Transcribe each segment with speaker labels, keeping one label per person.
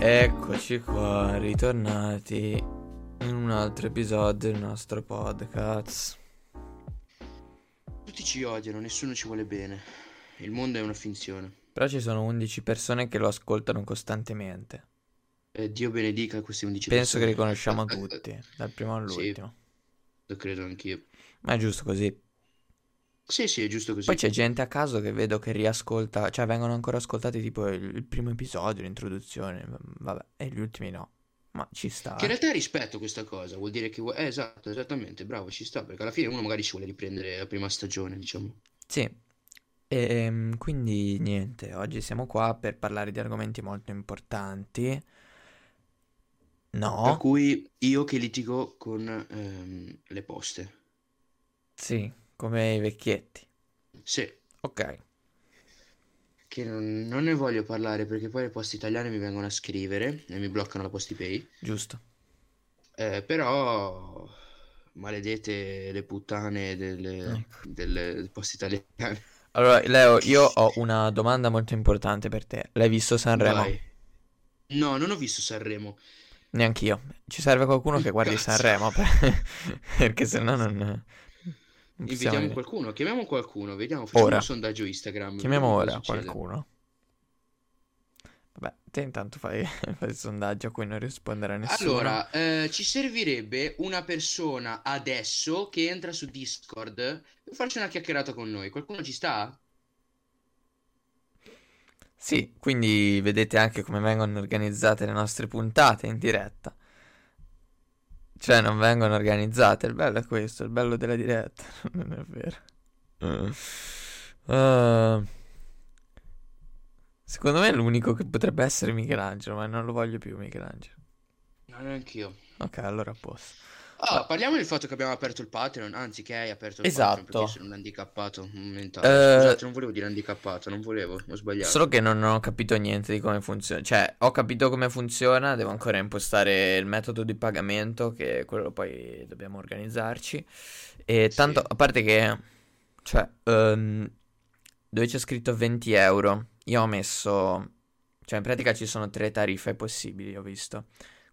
Speaker 1: Eccoci qua, ritornati in un altro episodio del nostro podcast.
Speaker 2: Tutti ci odiano, nessuno ci vuole bene. Il mondo è una finzione.
Speaker 1: Però ci sono 11 persone che lo ascoltano costantemente.
Speaker 2: Eh, Dio benedica queste 11
Speaker 1: Penso che
Speaker 2: persone.
Speaker 1: li conosciamo tutti, dal primo all'ultimo.
Speaker 2: Lo credo anch'io.
Speaker 1: Ma è giusto così.
Speaker 2: Sì, sì, è giusto così.
Speaker 1: Poi c'è gente a caso che vedo che riascolta, cioè vengono ancora ascoltati tipo il, il primo episodio, l'introduzione, v- vabbè, e gli ultimi no. Ma ci sta.
Speaker 2: Che in realtà rispetto questa cosa, vuol dire che... vuoi- Eh, esatto, esattamente, bravo, ci sta, perché alla fine uno magari ci vuole riprendere la prima stagione, diciamo.
Speaker 1: Sì. E, quindi niente, oggi siamo qua per parlare di argomenti molto importanti.
Speaker 2: Per
Speaker 1: No,
Speaker 2: cui io che litigo con ehm, le poste.
Speaker 1: sì, come i vecchietti.
Speaker 2: Sì,
Speaker 1: Ok,
Speaker 2: che non, non ne voglio parlare perché poi le poste italiane mi vengono a scrivere e mi bloccano la PostiPay.
Speaker 1: giusto.
Speaker 2: Eh, però maledete le puttane delle,
Speaker 1: Ecco.
Speaker 2: delle poste italiane.
Speaker 1: Allora, Leo, io ho una domanda molto importante per te. L'hai visto Sanremo?
Speaker 2: Vai. No, non ho visto Sanremo.
Speaker 1: Neanch'io. Ci serve qualcuno che guardi
Speaker 2: Cazzo.
Speaker 1: Sanremo, per- perché sennò non, non possiamo
Speaker 2: Invitiamo
Speaker 1: dire.
Speaker 2: qualcuno, chiamiamo qualcuno, vediamo, facciamo
Speaker 1: Ora.
Speaker 2: un sondaggio Instagram.
Speaker 1: Chiamiamo
Speaker 2: vediamo cosa
Speaker 1: ora
Speaker 2: succede.
Speaker 1: qualcuno. Vabbè, te intanto fai, fai il sondaggio a cui non rispondere a nessuno.
Speaker 2: Allora, eh, ci servirebbe una persona adesso che entra su Discord per farci una chiacchierata con noi. Qualcuno ci sta?
Speaker 1: Sì, quindi vedete anche come vengono organizzate le nostre puntate in diretta. Cioè, non vengono organizzate. Il bello è questo, il bello della diretta. Non è vero. Eh, secondo me è l'unico che potrebbe essere Michelangelo, ma non lo voglio più Michelangelo.
Speaker 2: No, neanche io.
Speaker 1: Ok, allora a posto.
Speaker 2: Ah, parliamo del fatto che abbiamo aperto il Patreon, anzi che hai aperto il
Speaker 1: Esatto.
Speaker 2: Patreon, perché io sono un handicappato mentale.
Speaker 1: Eh.
Speaker 2: Scusate, non volevo dire handicappato, non volevo, ho sbagliato.
Speaker 1: Solo che non ho capito niente di come funziona. Cioè, ho capito come funziona, devo ancora impostare il metodo di pagamento, che è quello poi dobbiamo organizzarci. E
Speaker 2: Sì.
Speaker 1: tanto, a parte che, cioè, ehm, dove c'è scritto 20 euro, io ho messo, cioè, in pratica ci sono tre tariffe possibili, ho visto.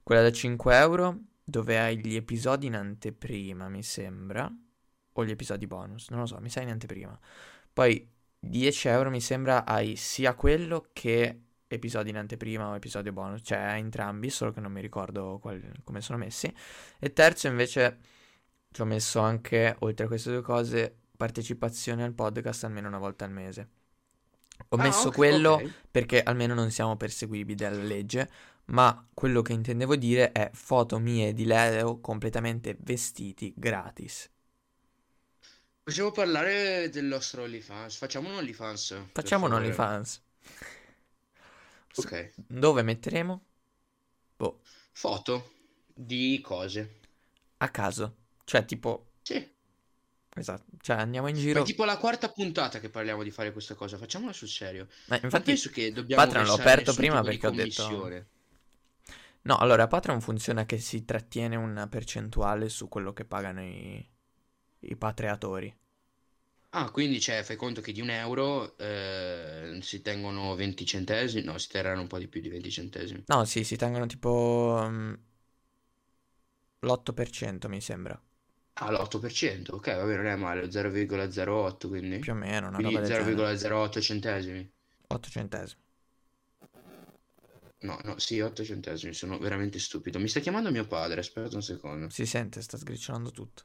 Speaker 1: Quella da 5 euro, dove hai gli episodi in anteprima, mi sembra, o gli episodi bonus, non lo so, mi sa in anteprima. Poi 10 euro mi sembra hai sia quello che episodi in anteprima o episodio bonus, cioè hai entrambi, solo che non mi ricordo qual- come sono messi. E terzo invece ci ho messo anche, oltre a queste due cose, partecipazione al podcast almeno una volta al mese. Ho
Speaker 2: Ah,
Speaker 1: messo
Speaker 2: ok,
Speaker 1: quello
Speaker 2: ok.
Speaker 1: perché almeno non siamo perseguibili dalla legge, ma quello che intendevo dire è foto mie e di Leo completamente vestiti gratis.
Speaker 2: Possiamo parlare del nostro OnlyFans, facciamo un OnlyFans. per
Speaker 1: Facciamo un
Speaker 2: favore.
Speaker 1: OnlyFans.
Speaker 2: Ok,
Speaker 1: Dove metteremo? Boh,
Speaker 2: foto di cose.
Speaker 1: a caso. Cioè, tipo,
Speaker 2: Sì,
Speaker 1: esatto, cioè andiamo in
Speaker 2: ma
Speaker 1: giro.
Speaker 2: è tipo la quarta puntata che parliamo di fare questa cosa, facciamola sul serio. Non
Speaker 1: Ma infatti,
Speaker 2: penso che dobbiamo
Speaker 1: Patreon l'ho
Speaker 2: versare
Speaker 1: aperto
Speaker 2: nessun
Speaker 1: prima
Speaker 2: tipo di
Speaker 1: perché ho detto-
Speaker 2: commissione.
Speaker 1: no, allora Patreon funziona che si trattiene una percentuale su quello che pagano i, i patreatori.
Speaker 2: Ah, quindi cioè, fai conto che di un euro eh, si tengono 20 centesimi, no, si terranno un po' di più di 20 centesimi.
Speaker 1: No, sì, si tengono tipo mm, l'8% mi sembra,
Speaker 2: Ah, l'8%, ok, va bene, non è male, lo 0,08 quindi.
Speaker 1: più o meno, una
Speaker 2: Quindi
Speaker 1: roba del genere.
Speaker 2: 0,08 centesimi.
Speaker 1: 8 centesimi.
Speaker 2: No, no, sì, 8 centesimi, sono veramente stupido. Mi sta chiamando mio padre, aspetta un secondo.
Speaker 1: Mm, Si sente, sta sgrecciolando tutto.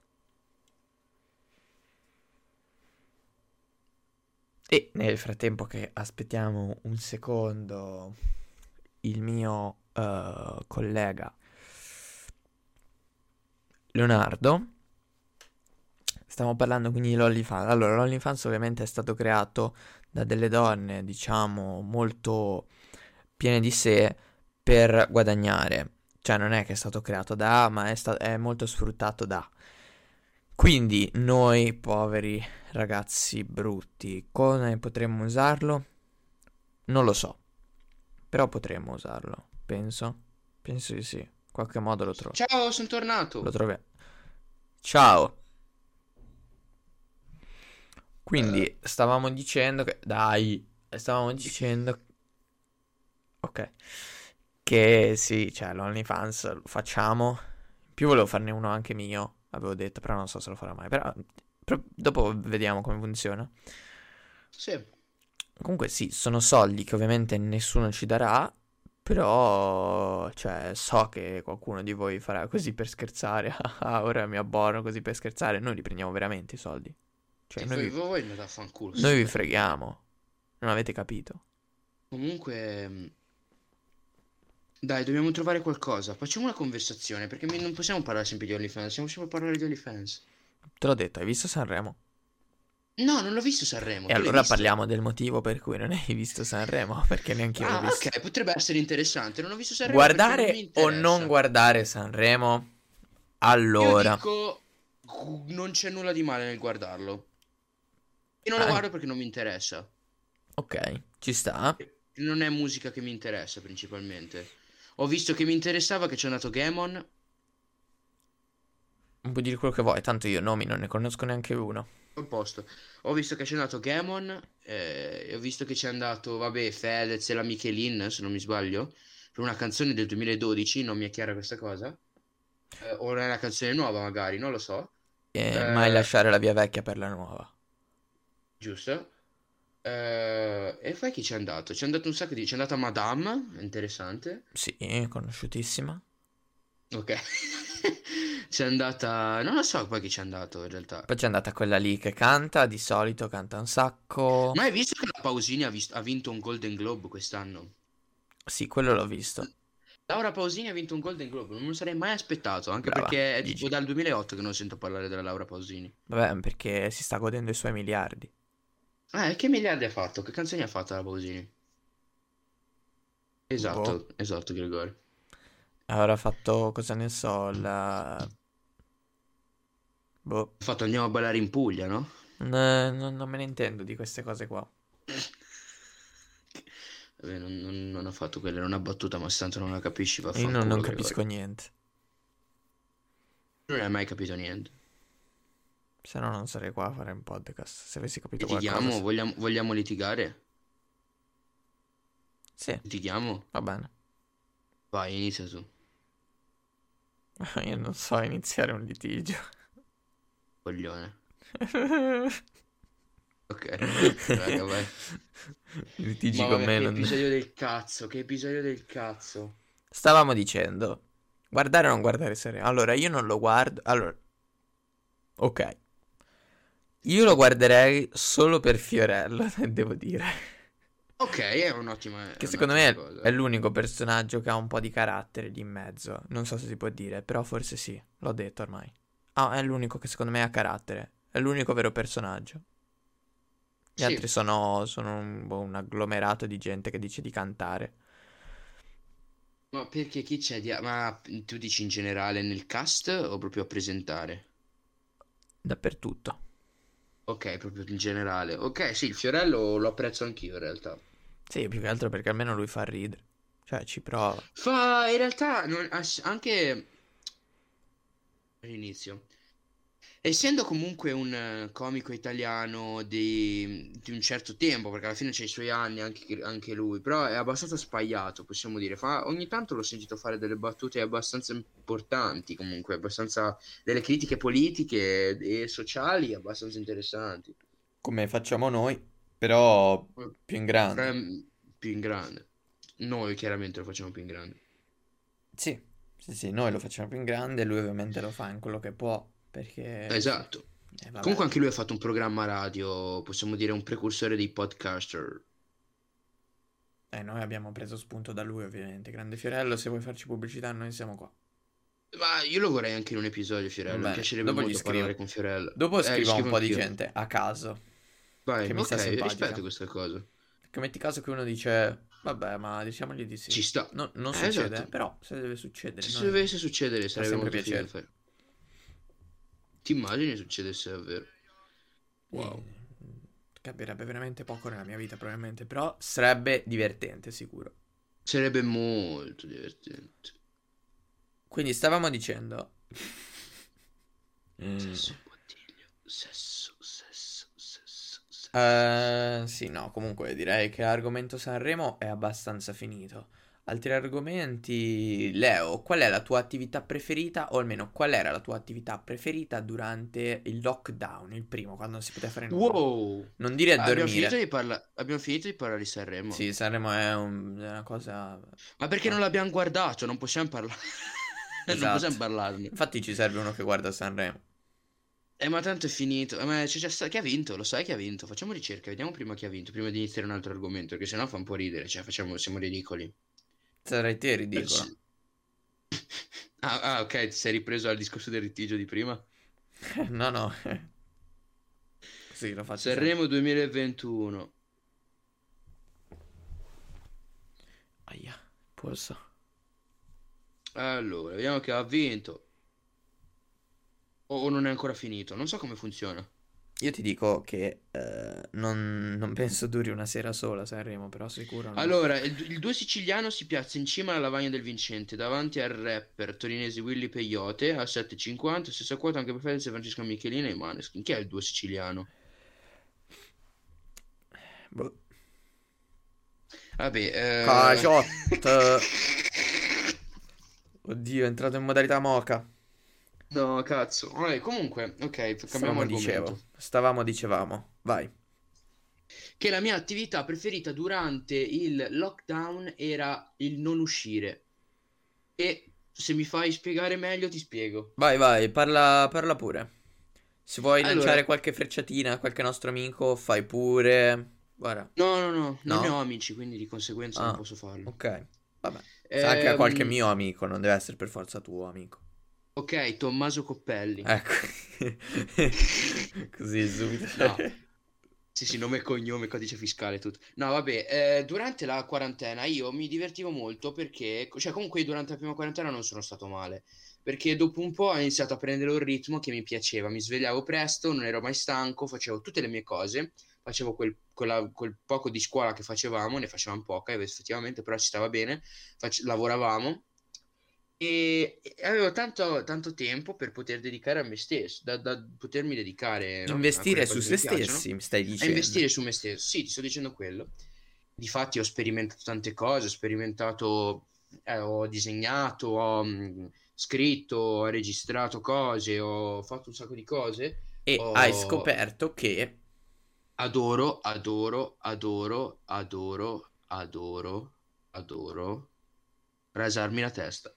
Speaker 1: E nel frattempo che aspettiamo un secondo, il mio eh, collega Leonardo, stiamo parlando quindi di l'OnlyFans. Allora, l'OnlyFans ovviamente è stato creato da delle donne, diciamo, molto piene di sé per guadagnare. Cioè, non è che è stato creato da, ma è, sta- è molto sfruttato da. Quindi, noi poveri ragazzi brutti, come potremmo usarlo? Non lo so. Però potremmo usarlo, penso. Penso di sì. In qualche modo lo trovo.
Speaker 2: Ciao, sono tornato.
Speaker 1: Lo troviamo. Ciao. Quindi stavamo dicendo che... Dai, stavamo dicendo... Ok. Che sì, cioè l'OnlyFans lo facciamo. In più volevo farne uno anche mio, avevo detto, però non so se lo farò mai. Però, però dopo vediamo come funziona.
Speaker 2: Sì.
Speaker 1: Cioè, Comunque sì, sono soldi che ovviamente nessuno ci darà, però cioè, so che qualcuno di voi farà così per scherzare. Ah, ora mi abbono così per scherzare. Noi li prendiamo veramente i soldi. Cioè,
Speaker 2: E
Speaker 1: noi,
Speaker 2: voi,
Speaker 1: vi,
Speaker 2: voi andate a fanculo.
Speaker 1: noi vi freghiamo. Non avete capito.
Speaker 2: Comunque, mh, dai, dobbiamo trovare qualcosa. Facciamo una conversazione perché mi- non possiamo parlare sempre di OnlyFans. Non possiamo parlare di OnlyFans.
Speaker 1: Te l'ho detto, hai visto Sanremo?
Speaker 2: No, non l'ho visto
Speaker 1: E
Speaker 2: Sanremo. tu l'hai
Speaker 1: allora
Speaker 2: visto?
Speaker 1: parliamo del motivo per cui non hai visto Sanremo, perché neanche io l'ho
Speaker 2: Ah,
Speaker 1: visto.
Speaker 2: ok, potrebbe essere interessante. Non ho visto Sanremo perché non mi
Speaker 1: Guardare o
Speaker 2: interessa.
Speaker 1: non guardare Sanremo? Allora,
Speaker 2: Io dico, gu- non c'è nulla di male nel guardarlo. Io non
Speaker 1: Ah.
Speaker 2: lo guardo perché non mi interessa.
Speaker 1: ok, ci sta.
Speaker 2: Non è musica che mi interessa principalmente. Ho visto che mi interessava che c'è andato Gamon.
Speaker 1: Puoi dire quello che vuoi, tanto io nomi non ne conosco neanche uno.
Speaker 2: A posto. Ho visto che c'è andato Gamon. eh, e ho visto che c'è andato, vabbè, Fedez e la Michelin, se non mi sbaglio. Per una canzone del 2012, non mi è chiara questa cosa. Eh, o è una canzone nuova, magari, non lo so.
Speaker 1: E
Speaker 2: Eh.
Speaker 1: mai lasciare la via vecchia per la nuova.
Speaker 2: Giusto? Eh, e poi chi c'è andato? C'è andato un sacco di... C'è andata Madame, interessante.
Speaker 1: Sì, conosciutissima.
Speaker 2: Ok. c'è andata... Non lo so poi chi c'è andato in realtà.
Speaker 1: Poi c'è andata quella lì che canta, di solito canta un sacco.
Speaker 2: Ma hai visto che la Pausini ha, vis- ha vinto un Golden Globe quest'anno?
Speaker 1: Sì, quello l'ho visto.
Speaker 2: Laura Pausini ha vinto un Golden Globe, non me lo sarei mai aspettato, anche
Speaker 1: Brava,
Speaker 2: perché è
Speaker 1: Gigi.
Speaker 2: tipo dal 2008 che non sento parlare della Laura Pausini.
Speaker 1: Vabbè, perché si sta godendo i suoi miliardi.
Speaker 2: Ah, e che miliardi ha fatto? Che canzoni ha fatto la Pausini? Esatto, esatto, Gregorio.
Speaker 1: Allora ha fatto, cosa ne so, la... Boh,
Speaker 2: Ha fatto Andiamo a ballare in Puglia, no?
Speaker 1: n- non non me ne intendo di queste cose qua.
Speaker 2: Vabbè, Eh, non, non, non ho fatto quella, era una battuta, ma se tanto non la capisci,
Speaker 1: Io
Speaker 2: vaffanculo,
Speaker 1: non, non
Speaker 2: Gregorio.
Speaker 1: capisco niente,
Speaker 2: Tu Non hai mai capito niente.
Speaker 1: se no non sarei qua a fare un podcast. Se avessi capito qualcosa,
Speaker 2: Litighiamo? Vogliamo, vogliamo litigare?
Speaker 1: sì,
Speaker 2: Litighiamo?
Speaker 1: va bene.
Speaker 2: Vai, inizia tu.
Speaker 1: Io non so iniziare un litigio.
Speaker 2: Coglione. Ok, raga, vai.
Speaker 1: Litigi
Speaker 2: Ma
Speaker 1: con
Speaker 2: vabbè,
Speaker 1: me.
Speaker 2: che
Speaker 1: non-
Speaker 2: episodio del cazzo, che episodio del cazzo.
Speaker 1: Stavamo dicendo, guardare o non guardare Sanremo. Allora, io non lo guardo. Allora, ok. Io lo guarderei solo per Fiorello, devo dire.
Speaker 2: Ok, è un'ottima...
Speaker 1: Che
Speaker 2: è
Speaker 1: secondo me
Speaker 2: un'ottima cosa.
Speaker 1: è l'unico personaggio che ha un po' di carattere lì in mezzo. Non so se si può dire, però forse sì. L'ho detto ormai. Ah, è l'unico che secondo me ha carattere. È l'unico vero personaggio. Gli
Speaker 2: Sì.
Speaker 1: altri sono, sono un, boh, un agglomerato di gente che dice di cantare.
Speaker 2: Ma perché chi c'è di... Ma tu dici in generale nel cast o proprio a presentare?
Speaker 1: Dappertutto.
Speaker 2: Ok, proprio in generale. Ok, sì, il Fiorello lo apprezzo anch'io in realtà.
Speaker 1: Sì, più che altro perché almeno lui fa ridere. Cioè, ci prova.
Speaker 2: Fa, in realtà, non- as- anche all'inizio, essendo comunque un eh, comico italiano di, di un certo tempo, perché alla fine c'è i suoi anni anche, anche lui, però è abbastanza spagliato, possiamo dire. Fa, ogni tanto l'ho sentito fare delle battute abbastanza importanti, comunque, abbastanza delle critiche politiche e sociali abbastanza interessanti,
Speaker 1: Come facciamo noi, però più in
Speaker 2: Però è
Speaker 1: grande.
Speaker 2: più in grande. Noi chiaramente lo facciamo più in grande.
Speaker 1: Sì, sì, sì, noi lo facciamo più in grande, lui ovviamente lo fa in quello che può, perché...
Speaker 2: Esatto.
Speaker 1: Eh, vabbè.
Speaker 2: Comunque anche lui ha fatto un programma radio, possiamo dire un precursore dei podcaster.
Speaker 1: Eh, noi abbiamo preso spunto da lui, ovviamente. Grande Fiorello, se vuoi farci pubblicità, noi siamo qua.
Speaker 2: Ma io lo vorrei anche in un episodio, Fiorello, mi
Speaker 1: Bene,
Speaker 2: piacerebbe
Speaker 1: dopo gli
Speaker 2: molto
Speaker 1: scrivo.
Speaker 2: parlare con Fiorello.
Speaker 1: Dopo
Speaker 2: Eh, gli
Speaker 1: scrivo a un po' di
Speaker 2: anch'io.
Speaker 1: gente a caso.
Speaker 2: Vai,
Speaker 1: che mi sta
Speaker 2: ok,
Speaker 1: simpatica.
Speaker 2: rispetto questa cosa.
Speaker 1: Che metti caso che uno dice, vabbè, ma diciamogli di sì.
Speaker 2: Ci sta.
Speaker 1: No- non
Speaker 2: Eh,
Speaker 1: succede,
Speaker 2: esatto.
Speaker 1: però se deve succedere,
Speaker 2: Se
Speaker 1: noi-
Speaker 2: dovesse succedere sarebbe
Speaker 1: sempre
Speaker 2: molto figo da
Speaker 1: piacere.
Speaker 2: fare. Ti immagini succedesse davvero? Wow.
Speaker 1: Eh, Cambierebbe veramente poco nella mia vita, probabilmente, però sarebbe divertente, sicuro.
Speaker 2: Sarebbe molto divertente.
Speaker 1: Quindi stavamo dicendo... Mm.
Speaker 2: Sesso bottiglio, sesso, sesso, sesso, sesso.
Speaker 1: Eh, sì, no, comunque direi che l'argomento Sanremo è abbastanza finito. Altri argomenti. Leo, qual è la tua attività preferita? O almeno qual era la tua attività preferita durante il lockdown, il primo, quando non si poteva fare nulla?
Speaker 2: Wow! Ah,
Speaker 1: Non dire a
Speaker 2: Abbiamo finito,
Speaker 1: dormire.
Speaker 2: di parla- abbiamo finito di parlare di Sanremo.
Speaker 1: Sì, Sanremo è, un- è una cosa.
Speaker 2: Ma perché non l'abbiamo guardato? Non possiamo parlare. non
Speaker 1: Eh. Esatto.
Speaker 2: possiamo parlarne.
Speaker 1: Infatti ci serve uno che guarda Sanremo.
Speaker 2: Eh, ma tanto è finito. Eh, ma c'è già sta- chi ha vinto? Lo sai chi ha vinto? Facciamo ricerca, vediamo prima chi ha vinto, prima di iniziare un altro argomento, perché sennò fa un po' ridere, cioè facciamo, siamo ridicoli.
Speaker 1: Sarai te ridicolo.
Speaker 2: Ah, ah, ok, ti sei ripreso al discorso del litigio di prima.
Speaker 1: No, no. Sì, lo faccio. sempre.
Speaker 2: Sanremo 2021.
Speaker 1: Aia, polso.
Speaker 2: Allora, vediamo che ha vinto. O, o non è ancora finito, non so come funziona.
Speaker 1: Io ti dico che eh, non, non penso duri una sera sola Sanremo, però sicuro no.
Speaker 2: Allora, il, du- il duo siciliano si piazza in cima alla lavagna del vincente, davanti al rapper torinese Willy Peyote a 7,50, stessa quota anche per Fedez, Francesco Michelini e Maneskin. Chi è il duo siciliano?
Speaker 1: Boh.
Speaker 2: Vabbè, eh...
Speaker 1: Caciotte. Oddio, è entrato in modalità moca.
Speaker 2: No, cazzo. Vabbè, comunque, ok, cambiamo
Speaker 1: Stavamo dicevo.
Speaker 2: argomento.
Speaker 1: Stavamo dicevamo. Vai.
Speaker 2: Che la mia attività preferita durante il lockdown era il non uscire. E se mi fai spiegare meglio, ti spiego.
Speaker 1: Vai, vai, parla, parla pure. Se vuoi
Speaker 2: Allora.
Speaker 1: lanciare qualche frecciatina a qualche nostro amico, fai pure. Guarda.
Speaker 2: No, no, no, non
Speaker 1: No?
Speaker 2: ne ho amici, quindi di conseguenza non
Speaker 1: Ah,
Speaker 2: posso farlo.
Speaker 1: Ok. Vabbè. Se Anche a
Speaker 2: Ehm,
Speaker 1: qualche mio amico, non deve essere per forza tuo amico.
Speaker 2: Ok, Tommaso Coppelli.
Speaker 1: Ecco. Così subito.
Speaker 2: No. Sì, sì, nome e cognome, codice fiscale, tutto. No, vabbè, eh, durante la quarantena io mi divertivo molto perché, cioè comunque durante la prima quarantena non sono stato male, perché dopo un po' ho iniziato a prendere un ritmo che mi piaceva, mi svegliavo presto, non ero mai stanco, facevo tutte le mie cose, facevo quel, quella- quel poco di scuola che facevamo, ne facevamo poca eh, effettivamente, però ci stava bene, face- lavoravamo e e avevo tanto, tanto tempo per poter dedicare a me stesso, da, da potermi dedicare, no, a
Speaker 1: Investire
Speaker 2: quelle
Speaker 1: su
Speaker 2: cose che
Speaker 1: se
Speaker 2: mi piacciono.
Speaker 1: stessi, mi stai
Speaker 2: A
Speaker 1: dicendo.
Speaker 2: investire su me stesso. Sì, ti sto dicendo quello. Difatti ho sperimentato tante cose, ho sperimentato, eh, ho disegnato, ho mm, scritto, ho registrato cose, ho fatto un sacco di cose.
Speaker 1: E
Speaker 2: Oh.
Speaker 1: hai scoperto che
Speaker 2: Adoro, adoro, adoro, adoro, adoro, adoro rasarmi la testa.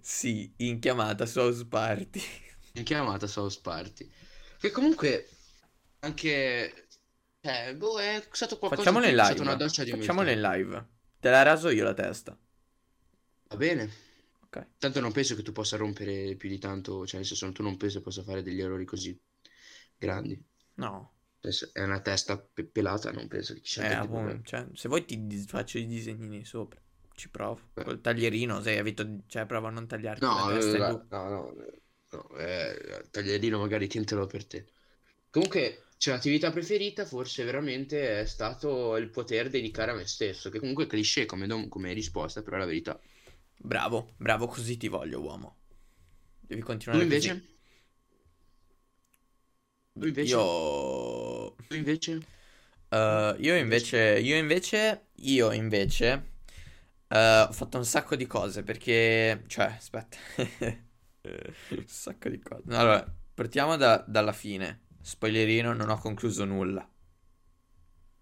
Speaker 1: sì, in chiamata su House Party.
Speaker 2: In chiamata South Party. Che comunque anche... Cioè, boh, è stato qualcosa
Speaker 1: Facciamolo
Speaker 2: che
Speaker 1: in
Speaker 2: è stata
Speaker 1: live.
Speaker 2: una doccia di
Speaker 1: Facciamolo
Speaker 2: umiltà.
Speaker 1: in live. Te la raso io la testa.
Speaker 2: Va bene.
Speaker 1: Ok.
Speaker 2: Tanto non penso che tu possa rompere più di tanto, cioè nel senso tu non penso possa fare degli errori così grandi.
Speaker 1: No,
Speaker 2: Adesso È una testa pe- pelata, non penso che ci
Speaker 1: eh,
Speaker 2: sia
Speaker 1: appunto, cioè, se vuoi ti dis- faccio i disegnini sopra. Ci provo.
Speaker 2: Beh.
Speaker 1: Col taglierino, se evito, di- cioè, provo a non tagliarti
Speaker 2: No,
Speaker 1: la testa in due.
Speaker 2: no, no, no, eh, tagliadino magari tientelo per te. Comunque, c'è l'attività preferita forse veramente è stato il poter dedicare a me stesso, che comunque è cliché come, dom- come risposta, però è la verità.
Speaker 1: Bravo, bravo, così ti voglio, uomo. Devi
Speaker 2: Tu
Speaker 1: continuare così.
Speaker 2: invece? Tu invece?
Speaker 1: Io...
Speaker 2: Tu invece?
Speaker 1: Eh, io invece, io invece, io invece, eh, ho fatto un sacco di cose perché, cioè, aspetta, un sacco di cose. No, Allora, partiamo da- dalla fine. Spoilerino, non ho concluso nulla.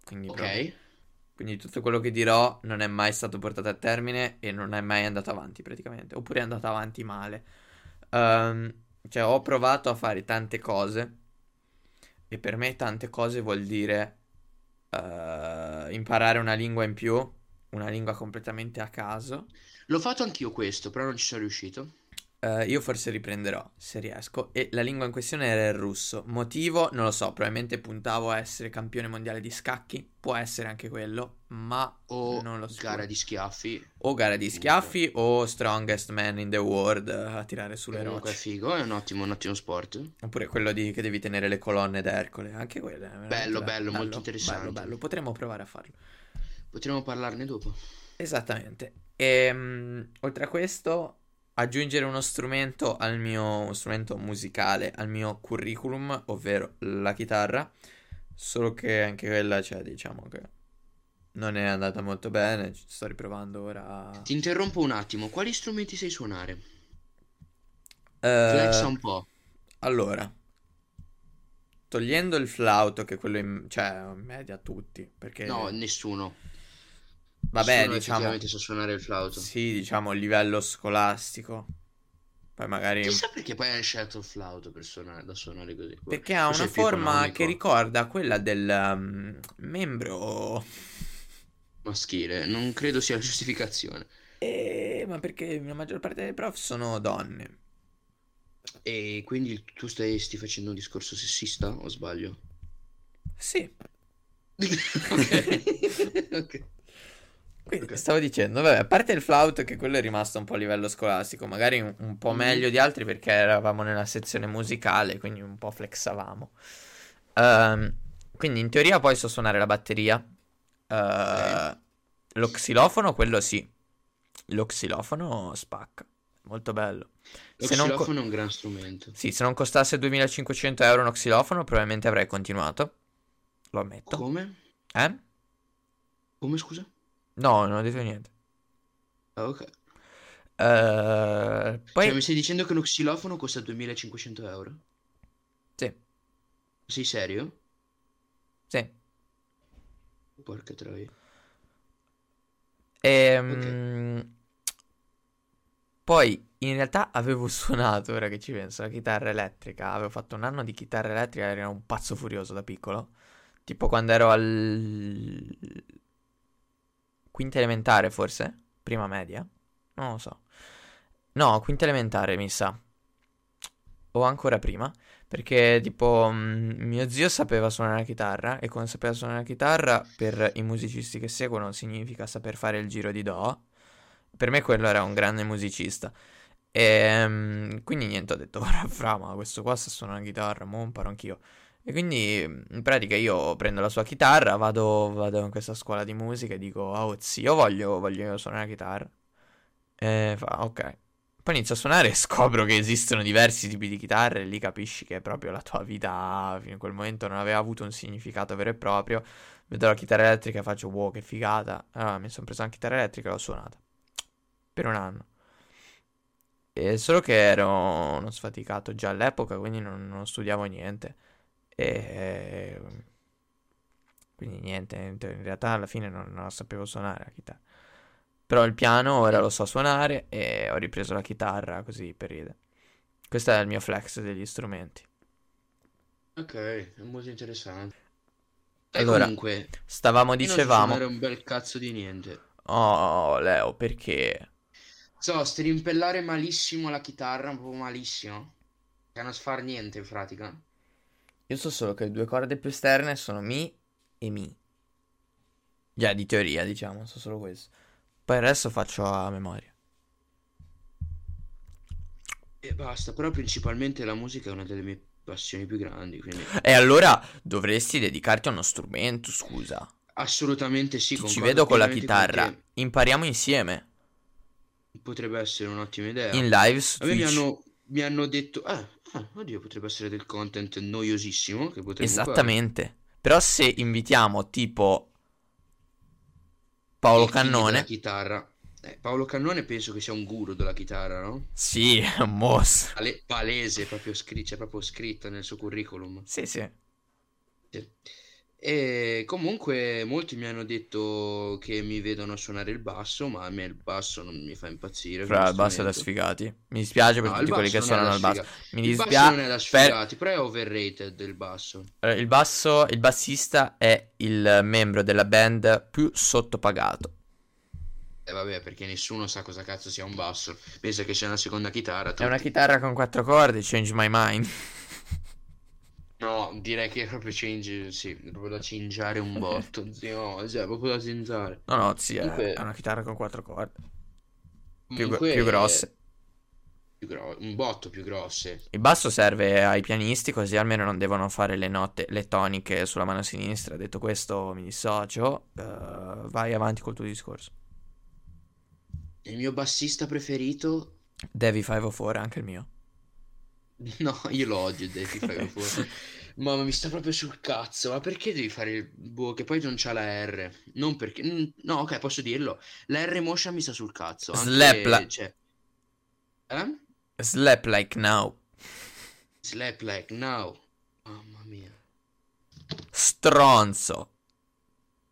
Speaker 1: Quindi, proprio-
Speaker 2: Ok.
Speaker 1: quindi tutto quello che dirò non è mai stato portato a termine e non è mai andato avanti praticamente, oppure è andato avanti male. Ehm, cioè, ho provato a fare tante cose e per me tante cose vuol dire eh, imparare una lingua in più, una lingua completamente a caso.
Speaker 2: L'ho fatto anch'io questo, però non ci sono riuscito.
Speaker 1: Eh, io forse riprenderò se riesco. E la lingua in questione era il russo. Motivo non lo so, probabilmente puntavo a essere campione mondiale di scacchi, può essere anche quello, ma
Speaker 2: O
Speaker 1: non lo so.
Speaker 2: gara di schiaffi.
Speaker 1: O gara di schiaffi o strongest man in the world eh, a tirare sulle
Speaker 2: Comunque è
Speaker 1: rocce.
Speaker 2: figo, è un ottimo, un ottimo sport.
Speaker 1: Oppure quello di, che devi tenere le colonne d'Ercole, anche quello. è veramente
Speaker 2: Bello,
Speaker 1: be-
Speaker 2: bello, molto interessante.
Speaker 1: Bello, bello, potremmo provare a farlo.
Speaker 2: Potremmo parlarne dopo.
Speaker 1: Esattamente. E, oltre a questo, aggiungere uno strumento al mio uno strumento musicale, al mio curriculum, ovvero la chitarra. Solo che anche quella, cioè, diciamo che non è andata molto bene, ci sto riprovando ora.
Speaker 2: Ti interrompo un attimo, quali strumenti sai suonare?
Speaker 1: Eh,
Speaker 2: Flexa un po'.
Speaker 1: allora, togliendo il flauto, che è quello in, cioè, in media tutti, perché
Speaker 2: No, nessuno.
Speaker 1: Eh. vabbè,
Speaker 2: Nessuno
Speaker 1: diciamo,
Speaker 2: effettivamente sa suonare il flauto.
Speaker 1: sì, diciamo a livello scolastico, poi magari
Speaker 2: Chissà perché poi hanno scelto il flauto per suonare, da suonare così.
Speaker 1: Perché ha
Speaker 2: Forse
Speaker 1: una
Speaker 2: è più
Speaker 1: forma che
Speaker 2: economico.
Speaker 1: ricorda quella del um, membro.
Speaker 2: Maschile, non credo sia la giustificazione.
Speaker 1: Eh, ma perché la maggior parte dei prof sono donne.
Speaker 2: E quindi tu stai, stai facendo un discorso sessista o sbaglio?
Speaker 1: Sì,
Speaker 2: ok. ok.
Speaker 1: quindi
Speaker 2: Ok.
Speaker 1: stavo dicendo, vabbè, a parte il flauto che quello è rimasto un po' a livello scolastico, magari un, un po'
Speaker 2: Mhm.
Speaker 1: meglio di altri perché eravamo nella sezione musicale, quindi un po' flexavamo. Ehm, quindi in teoria poi so suonare la batteria. Eh, Lo xilofono, quello sì. Lo xilofono spacca. Molto bello.
Speaker 2: Lo
Speaker 1: Se non co-
Speaker 2: xilofono è un gran strumento.
Speaker 1: Sì, se non costasse 2500 euro uno xilofono, probabilmente avrei continuato. Lo ammetto.
Speaker 2: Come?
Speaker 1: Eh?
Speaker 2: Come scusa?
Speaker 1: No, non ho detto niente.
Speaker 2: Ah, ok.
Speaker 1: Eh, poi,
Speaker 2: Cioè, mi stai dicendo che uno xilofono costa 2500 euro?
Speaker 1: sì,
Speaker 2: Sei serio?
Speaker 1: sì.
Speaker 2: Porca troia.
Speaker 1: Ehm, Poi, in realtà, avevo suonato, ora che ci penso, la chitarra elettrica. Avevo fatto un anno di chitarra elettrica, ero un pazzo furioso da piccolo. Tipo quando ero al... Quinta elementare, forse? Prima media? Non lo so. No, quinta elementare, mi sa. O ancora prima. Perché, tipo, mh, mio zio sapeva suonare la chitarra e quando sapeva suonare la chitarra, per i musicisti che seguono, significa saper fare il giro di Do. Per me quello era un grande musicista. E quindi niente, ho detto, ora fra, ma questo qua sa suonare la chitarra, mo imparo anch'io. E quindi mm, in pratica io prendo la sua chitarra, vado, vado in questa scuola di musica e dico, oh zio, voglio, voglio suonare la chitarra. E fa, ok. Poi inizio a suonare e scopro che esistono diversi tipi di chitarre, e lì capisci che proprio la tua vita fino a quel momento non aveva avuto un significato vero e proprio. Vedo la chitarra elettrica e faccio wow, che figata. Allora mi sono preso la chitarra elettrica e l'ho suonata per un anno. E solo che ero uno sfaticato già all'epoca, quindi non, non studiavo niente. E ehm, quindi niente, in realtà alla fine non, non la sapevo suonare la chitarra. Però il piano ora lo so suonare e ho ripreso la chitarra così per ridere. Questo è il mio flex degli strumenti.
Speaker 2: Ok, è molto interessante. E
Speaker 1: Allora,
Speaker 2: comunque,
Speaker 1: Stavamo,
Speaker 2: io non so
Speaker 1: dicevamo,
Speaker 2: suonare un bel cazzo di niente.
Speaker 1: oh Leo, perché?
Speaker 2: So, strimpellare malissimo la chitarra, un po' malissimo. Che non sfar niente in pratica.
Speaker 1: Io so solo che le due corde più esterne sono mi e mi. Già, di teoria, diciamo, so solo questo. Poi il resto faccio a memoria.
Speaker 2: E basta, però principalmente la musica è una delle mie passioni più grandi, quindi
Speaker 1: E allora dovresti dedicarti a uno strumento, scusa.
Speaker 2: assolutamente sì,
Speaker 1: Ti ci
Speaker 2: concordo
Speaker 1: vedo con la
Speaker 2: pienamente con
Speaker 1: chitarra.
Speaker 2: te.
Speaker 1: Impariamo insieme.
Speaker 2: Potrebbe essere un'ottima idea.
Speaker 1: In live su
Speaker 2: A me mi
Speaker 1: Twitch.
Speaker 2: Eh, hanno, mi hanno detto, eh, eh, oddio, potrebbe essere del content noiosissimo che potremmo fare.
Speaker 1: Esattamente. Però se invitiamo tipo Paolo
Speaker 2: Il king della
Speaker 1: Cannone,
Speaker 2: chitarra. Eh, Paolo Cannone penso che sia un guru della chitarra, no?
Speaker 1: sì, è un mostro.
Speaker 2: Pale- palese, proprio scri- c'è proprio scritta nel suo curriculum.
Speaker 1: Sì, sì.
Speaker 2: Cioè, Sì. E comunque molti mi hanno detto che mi vedono suonare il basso, ma a me il basso non mi fa impazzire
Speaker 1: Fra
Speaker 2: come
Speaker 1: il basso è da
Speaker 2: strumento.
Speaker 1: sfigati. Mi dispiace per
Speaker 2: No, il
Speaker 1: tutti quelli
Speaker 2: basso
Speaker 1: che
Speaker 2: non è
Speaker 1: suonano
Speaker 2: da
Speaker 1: al basso.
Speaker 2: sfigati.
Speaker 1: Mi
Speaker 2: Il basso
Speaker 1: dispiace.
Speaker 2: non è da
Speaker 1: per-
Speaker 2: sfigati, però è overrated il basso.
Speaker 1: Allora, Il basso, il bassista è il membro della band più sottopagato.
Speaker 2: E vabbè, perché nessuno sa cosa cazzo sia un basso. Pensa che sia una seconda chitarra.
Speaker 1: È una
Speaker 2: tutti.
Speaker 1: chitarra con quattro corde, change my mind.
Speaker 2: No, direi che è proprio cinge, sì, proprio da cingiare un botto, zio, cioè, proprio da zinzare.
Speaker 1: No, no, sì, è,
Speaker 2: Comunque-
Speaker 1: è una chitarra con quattro corde. Più,
Speaker 2: Comunque,
Speaker 1: più grosse.
Speaker 2: più gro- un botto più grosse.
Speaker 1: Il basso serve ai pianisti così almeno non devono fare le note, le toniche sulla mano sinistra. Detto questo, mi dissocio. eh, vai avanti col tuo discorso.
Speaker 2: Il mio bassista preferito?
Speaker 1: Devi 504 è oh anche il mio.
Speaker 2: No, io lo odio, Dave, fai fuori. Mamma, mi sta proprio sul cazzo. Ma perché devi fare il. Boh, che poi non c'ha la R. Non perché. mm, No, ok, posso dirlo. La R motion mi sta sul cazzo. Anche,
Speaker 1: Slapla.
Speaker 2: cioè- Eh?
Speaker 1: Slap like now.
Speaker 2: Slap like now. Mamma mia.
Speaker 1: Stronzo.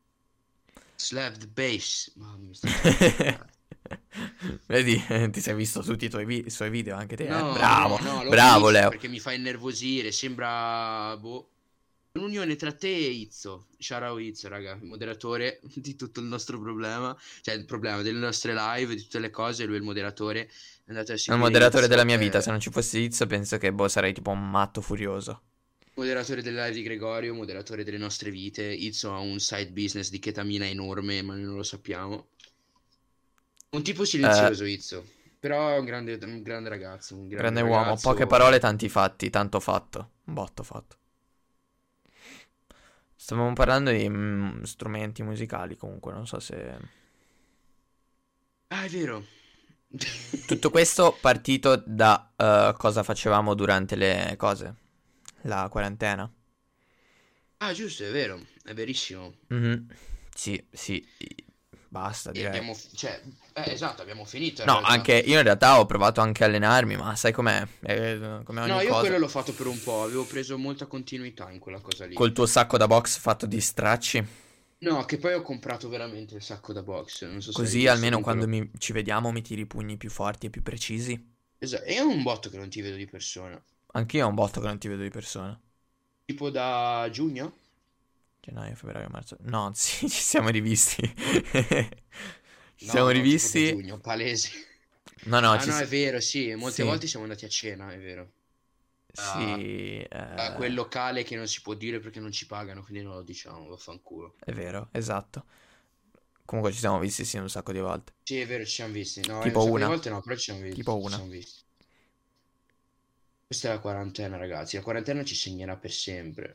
Speaker 2: Slap the bass. Mamma mia, mi sta sul cazzo.
Speaker 1: Vedi, eh, ti sei visto tutti i tuoi vi- i suoi video anche te. eh?
Speaker 2: No,
Speaker 1: Bravo,
Speaker 2: no, no, l'ho
Speaker 1: bravo
Speaker 2: visto
Speaker 1: Leo.
Speaker 2: Perché mi fa innervosire, sembra boh. Un'unione tra te e Izzo. Ciao Izzo, raga, moderatore di tutto il nostro problema, cioè il problema delle nostre live, di tutte le cose, lui è il moderatore. Andate a
Speaker 1: È il
Speaker 2: seguire
Speaker 1: moderatore
Speaker 2: Izzo,
Speaker 1: della mia
Speaker 2: eh,
Speaker 1: vita. Se non ci fosse Izzo, penso che boh, sarei tipo un matto furioso.
Speaker 2: moderatore delle live di Gregorio, moderatore delle nostre vite. Izzo ha un side business di chetamina enorme, ma noi non lo sappiamo. Un tipo silenzioso, Izzo. Però è un grande, un grande ragazzo, un grande,
Speaker 1: Eh. Grande uomo,
Speaker 2: ragazzo.
Speaker 1: poche parole, tanti fatti, tanto fatto. Un botto fatto. Stavamo parlando di mm, strumenti musicali, comunque, non so se.
Speaker 2: Ah, è vero.
Speaker 1: Tutto questo partito da eh, cosa facevamo durante le cose. La quarantena.
Speaker 2: Ah, giusto, è vero, è verissimo.
Speaker 1: Mhm. Sì, sì. Basta,
Speaker 2: E
Speaker 1: direi.
Speaker 2: abbiamo, cioè, eh, esatto, abbiamo finito. in
Speaker 1: No,
Speaker 2: realtà.
Speaker 1: anche io in realtà ho provato anche a allenarmi, ma sai com'è? Eh, come ogni
Speaker 2: No, io
Speaker 1: cosa.
Speaker 2: quello l'ho fatto per un po', avevo preso molta continuità in quella cosa lì.
Speaker 1: Col tuo sacco da box fatto di stracci.
Speaker 2: No, che poi ho comprato veramente il sacco da box. Non so se
Speaker 1: Così
Speaker 2: avete visto,
Speaker 1: almeno
Speaker 2: comunque
Speaker 1: quando
Speaker 2: l'ho-
Speaker 1: mi- ci vediamo mi tiri i pugni più forti e più precisi.
Speaker 2: Esatto, e è un botto che non ti vedo di persona.
Speaker 1: Anch'io ho un botto che non ti vedo di persona.
Speaker 2: Tipo da giugno?
Speaker 1: Gennaio, febbraio, marzo. No, anzi, ci siamo rivisti. ci
Speaker 2: No,
Speaker 1: siamo
Speaker 2: no, tipo da
Speaker 1: rivisti.
Speaker 2: giugno, palese.
Speaker 1: No, no,
Speaker 2: Ah,
Speaker 1: ci
Speaker 2: no,
Speaker 1: si-
Speaker 2: è vero, sì, molte
Speaker 1: Sì.
Speaker 2: volte siamo andati a cena, è vero.
Speaker 1: Sì,
Speaker 2: A
Speaker 1: eh,
Speaker 2: quel locale che non si può dire perché non ci pagano, quindi non lo diciamo, vaffanculo.
Speaker 1: è vero, esatto. Comunque ci siamo visti sì un sacco di volte.
Speaker 2: Sì, è vero, ci siamo visti. No,
Speaker 1: Tipo
Speaker 2: un sacco di
Speaker 1: una.
Speaker 2: volte no, però ci siamo visti.
Speaker 1: Tipo
Speaker 2: ci
Speaker 1: una.
Speaker 2: siamo visti. Questa è la quarantena, ragazzi. La quarantena ci segnerà per sempre.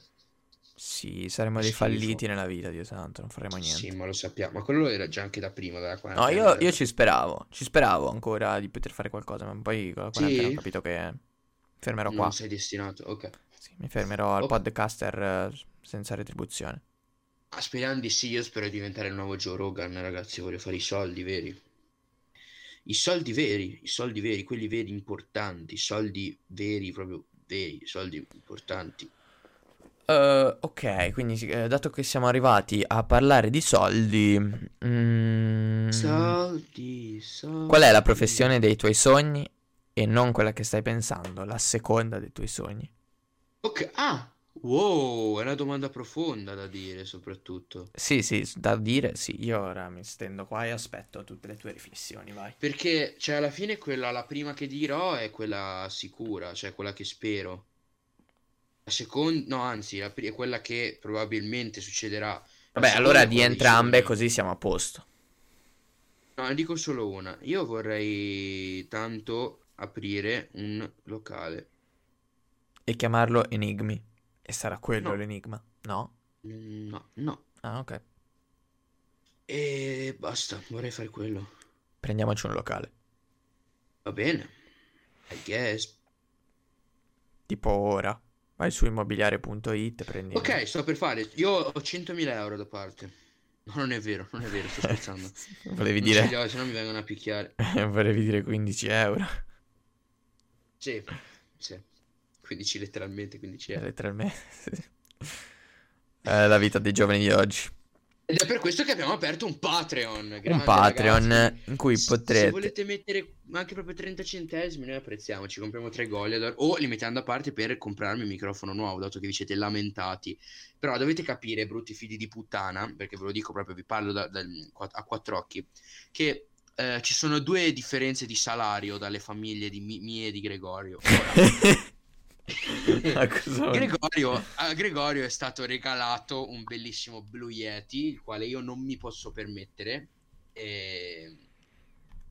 Speaker 1: Sì, saremmo dei
Speaker 2: Schifo.
Speaker 1: falliti nella vita, Dio santo, non faremo Oh, niente.
Speaker 2: Sì, ma lo sappiamo. Ma quello era già anche da prima della
Speaker 1: No,
Speaker 2: quarantena. in
Speaker 1: io,
Speaker 2: realtà.
Speaker 1: io ci speravo, ci speravo ancora di poter fare qualcosa, ma poi con la
Speaker 2: Sì?
Speaker 1: quarantena ho capito che fermerò
Speaker 2: Non
Speaker 1: qua.
Speaker 2: sei destinato. Ok.
Speaker 1: Sì, mi fermerò al
Speaker 2: Ok.
Speaker 1: podcaster eh, senza retribuzione.
Speaker 2: Ah, speriamo di sì, io spero di diventare il nuovo Joe Rogan, ragazzi. Voglio fare i soldi veri. I soldi veri, i soldi veri, quelli veri importanti, i soldi veri, proprio veri, i soldi importanti.
Speaker 1: Eh, ok, quindi sì, eh, dato che siamo arrivati a parlare di soldi, mm,
Speaker 2: Soldi, soldi.
Speaker 1: qual è la professione dei tuoi sogni e non quella che stai pensando, la seconda dei tuoi sogni?
Speaker 2: Ok, ah, wow, è una domanda profonda da dire soprattutto.
Speaker 1: Sì, sì, s- da dire, sì, io ora mi stendo qua e aspetto tutte le tue riflessioni, vai.
Speaker 2: Perché, cioè, alla fine quella, la prima che dirò è quella sicura, cioè quella che spero. La seconda, no, anzi, la pri- è quella che probabilmente succederà. La
Speaker 1: Vabbè,
Speaker 2: seconda
Speaker 1: allora
Speaker 2: è
Speaker 1: di
Speaker 2: quella dei
Speaker 1: entrambe
Speaker 2: sogni.
Speaker 1: così siamo a posto.
Speaker 2: No, ne dico solo una. Io vorrei tanto aprire un locale.
Speaker 1: e chiamarlo Enigmi. E sarà quello
Speaker 2: No.
Speaker 1: l'enigma? No?
Speaker 2: Mm, No, no.
Speaker 1: Ah, ok.
Speaker 2: E basta, vorrei fare quello.
Speaker 1: Prendiamoci un locale.
Speaker 2: Va bene. I guess.
Speaker 1: Tipo ora. Vai su immobiliare.it e prendi.
Speaker 2: Ok, sto per fare. Io ho 100.000 euro da parte. No, non è vero, non è vero, sto scherzando.
Speaker 1: Volevi
Speaker 2: Non ce li
Speaker 1: dire,
Speaker 2: ho, se no mi vengono a picchiare.
Speaker 1: volevi dire 15 euro.
Speaker 2: Sì, sì. 15 letteralmente, 15 euro.
Speaker 1: Letteralmente. sì. Eh, la vita dei giovani di oggi.
Speaker 2: Ed è per questo che abbiamo aperto un Patreon.
Speaker 1: Un
Speaker 2: grande,
Speaker 1: Patreon
Speaker 2: ragazzi.
Speaker 1: in cui
Speaker 2: S- Se
Speaker 1: potrete.
Speaker 2: volete mettere anche proprio 30 centesimi, noi apprezziamo, ci compriamo tre Goleador o li mettiamo da parte per comprarmi un microfono nuovo, dato che vi siete lamentati. Però dovete capire, brutti figli di puttana, perché ve lo dico proprio, vi parlo da- dal- a quattro occhi, che eh, ci sono due differenze di salario dalle famiglie di mi- mie e di Gregorio.
Speaker 1: Ma cosa vuol-
Speaker 2: Gregorio, a Gregorio è stato regalato un bellissimo Blue Yeti, il quale io non mi posso permettere. E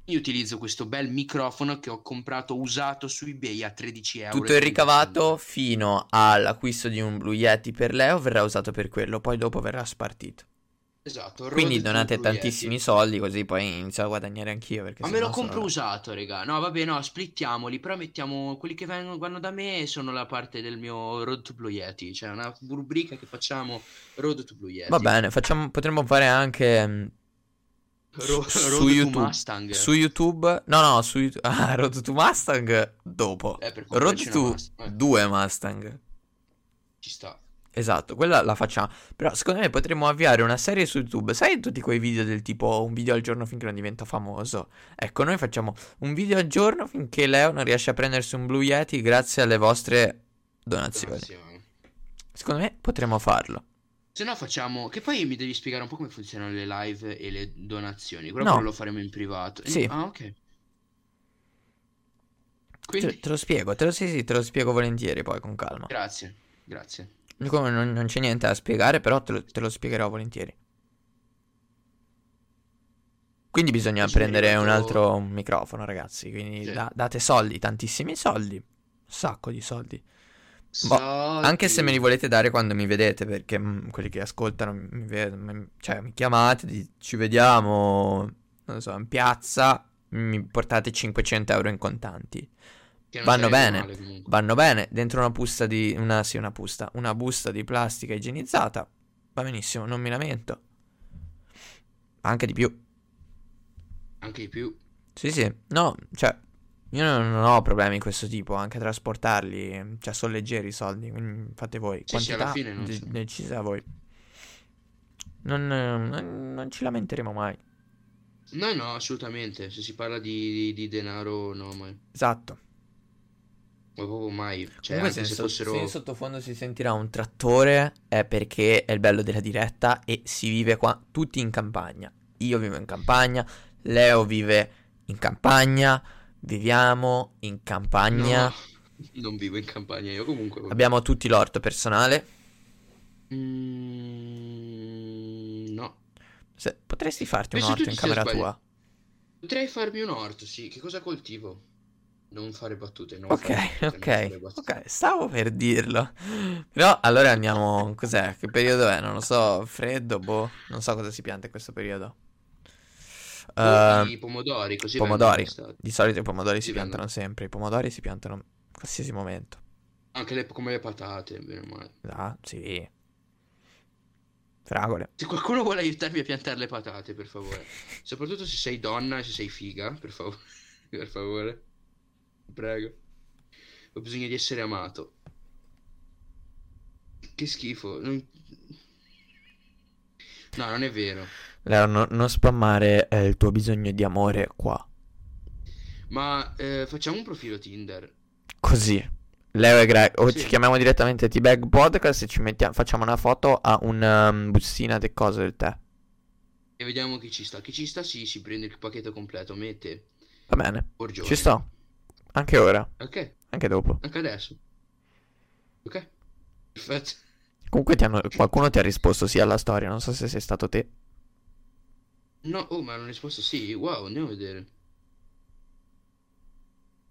Speaker 2: io utilizzo questo bel microfono che ho comprato usato su eBay a 13 euro.
Speaker 1: Tutto il ricavato fino all'acquisto di un Blue Yeti per Leo verrà usato per quello, poi dopo verrà spartito.
Speaker 2: Esatto,
Speaker 1: Quindi
Speaker 2: Road to
Speaker 1: donate
Speaker 2: Pugliese.
Speaker 1: tantissimi soldi così poi inizio a guadagnare anch'io. Perché
Speaker 2: Ma
Speaker 1: se
Speaker 2: me
Speaker 1: no
Speaker 2: lo compro
Speaker 1: sono-
Speaker 2: usato, raga. No, vabbè, no, splittiamoli, però mettiamo quelli che vengono, vanno da me sono la parte del mio Road to Blue Yeti, cioè una rubrica che facciamo Road to Blue Yeti.
Speaker 1: Va bene, facciamo, potremmo fare anche mm,
Speaker 2: Ro-
Speaker 1: su- su
Speaker 2: Road to
Speaker 1: YouTube.
Speaker 2: Mustang.
Speaker 1: su YouTube. No, no, su YouTube. Ah, Road to Mustang dopo.
Speaker 2: Eh, per comprarci
Speaker 1: Road
Speaker 2: una
Speaker 1: to
Speaker 2: Mustang, eh,
Speaker 1: 2 Mustang.
Speaker 2: ci sta.
Speaker 1: Esatto, quella la facciamo. Però secondo me potremmo avviare una serie su YouTube. Sai tutti quei video del tipo un video al giorno finché non diventa famoso? Ecco, noi facciamo un video al giorno finché Leo non riesce a prendersi un Blue Yeti grazie alle vostre donazioni.
Speaker 2: Donazione.
Speaker 1: Secondo me potremmo farlo.
Speaker 2: Se no facciamo... Che poi mi devi spiegare un po' come funzionano le live e le donazioni. Quello
Speaker 1: No.
Speaker 2: però lo faremo in privato. Eh,
Speaker 1: Sì.
Speaker 2: Ah, ok. Quindi...
Speaker 1: Te, te lo spiego, te lo, sì, sì, te lo spiego volentieri poi con calma.
Speaker 2: Grazie, grazie.
Speaker 1: Come non, non c'è niente da spiegare, però te lo, te lo spiegherò volentieri. Quindi bisogna
Speaker 2: Io sono
Speaker 1: prendere un
Speaker 2: arrivato-
Speaker 1: altro microfono, ragazzi. Quindi
Speaker 2: Sì.
Speaker 1: da- date soldi, tantissimi soldi. Un sacco di soldi. Boh,
Speaker 2: Soldi.
Speaker 1: Anche se me li volete dare quando mi vedete, perché mm, quelli che ascoltano mi vedono, mi- cioè mi chiamate, di- ci vediamo, non so, in piazza, mi portate 500 euro in contanti.
Speaker 2: Che non
Speaker 1: vanno
Speaker 2: sarebbe
Speaker 1: bene.
Speaker 2: male comunque.
Speaker 1: Vanno bene, dentro una busta di, una, sì, una busta, una busta di plastica igienizzata, va benissimo, non mi lamento. Anche di più.
Speaker 2: Anche di più.
Speaker 1: Sì, sì, no, cioè, io non, non ho problemi di questo tipo, anche a trasportarli, cioè, sono leggeri i soldi, quindi fate voi.
Speaker 2: Sì, sì, alla
Speaker 1: Quantità
Speaker 2: fine non
Speaker 1: de-
Speaker 2: c'è.
Speaker 1: decisa voi. Non, eh, non- non ci lamenteremo mai.
Speaker 2: No, no, assolutamente. Se si parla di, di- di denaro, no, mai. Ma
Speaker 1: Esatto.
Speaker 2: proprio mai.
Speaker 1: Comunque,
Speaker 2: Cioè, anche
Speaker 1: se,
Speaker 2: se
Speaker 1: in so-
Speaker 2: fossero.
Speaker 1: se in sottofondo si sentirà un trattore è perché è il bello della diretta e si vive qua tutti in campagna. Io vivo in campagna, Leo vive in campagna, viviamo in
Speaker 2: No,
Speaker 1: campagna.
Speaker 2: non vivo in campagna io comunque. vabbè.
Speaker 1: Abbiamo tutti l'orto personale.
Speaker 2: Mm, no.
Speaker 1: Se- potresti farti un
Speaker 2: Penso
Speaker 1: orto
Speaker 2: tu
Speaker 1: in
Speaker 2: ti sia
Speaker 1: camera
Speaker 2: sbagliato.
Speaker 1: tua.
Speaker 2: Potrei farmi un orto, sì. Che cosa coltivo? Non fare battute, non fare
Speaker 1: Ok,
Speaker 2: battute, non
Speaker 1: ok,
Speaker 2: fare battute.
Speaker 1: ok, stavo per dirlo. Però allora andiamo. Cos'è? Che periodo è? Non lo so, freddo, boh. Non so cosa si pianta in questo periodo.
Speaker 2: Boh, Coltivi
Speaker 1: Eh,
Speaker 2: i pomodori, così
Speaker 1: pomodori.
Speaker 2: vengono in estate.
Speaker 1: di solito i pomodori si
Speaker 2: Sì, vengono.
Speaker 1: piantano sempre. I pomodori si piantano in qualsiasi momento.
Speaker 2: Anche le, come le patate, bene o male.
Speaker 1: Ah, sì. Fragole.
Speaker 2: Se qualcuno vuole aiutarmi a piantare le patate, per favore. Soprattutto se sei donna e se sei figa, per favore. per favore. Prego. Ho bisogno di essere amato. Che schifo. non- No, non è vero.
Speaker 1: Leo, no- non spammare eh, il tuo bisogno di amore qua.
Speaker 2: Ma eh, facciamo un profilo Tinder.
Speaker 1: Così. Leo e Greg, o
Speaker 2: Sì.
Speaker 1: ci chiamiamo direttamente T-Bag Podcast e ci mettiamo, facciamo una foto a una bustina di cose del tè.
Speaker 2: E vediamo chi ci sta. Chi ci sta, sì, si prende il pacchetto completo. Mette
Speaker 1: Va bene,
Speaker 2: Borgione.
Speaker 1: ci sto. Anche ora,
Speaker 2: Ok,
Speaker 1: anche dopo.
Speaker 2: anche adesso. Ok. Perfetto.
Speaker 1: Comunque ti hanno- qualcuno ti ha risposto sì alla storia, non so se sei stato te.
Speaker 2: No, oh, ma hanno risposto sì. Wow, andiamo a vedere.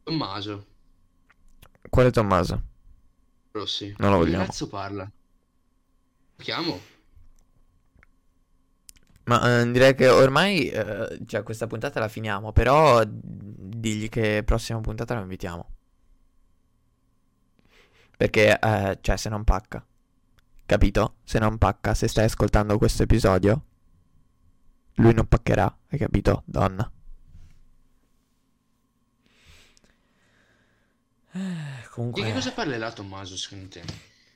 Speaker 2: Tommaso
Speaker 1: Quale Tommaso?
Speaker 2: Rossi.
Speaker 1: Non lo
Speaker 2: Che
Speaker 1: vogliamo.
Speaker 2: cazzo parla? Chiamo?
Speaker 1: Ma eh, direi che ormai, eh, cioè questa puntata la finiamo, però digli che prossima puntata lo invitiamo. Perché, eh, cioè, se non pacca. Capito? Se non pacca, se stai ascoltando questo episodio, lui non paccherà, hai capito, donna?
Speaker 2: Di
Speaker 1: Eh, Comunque,
Speaker 2: che cosa parlerà Tommaso, secondo te?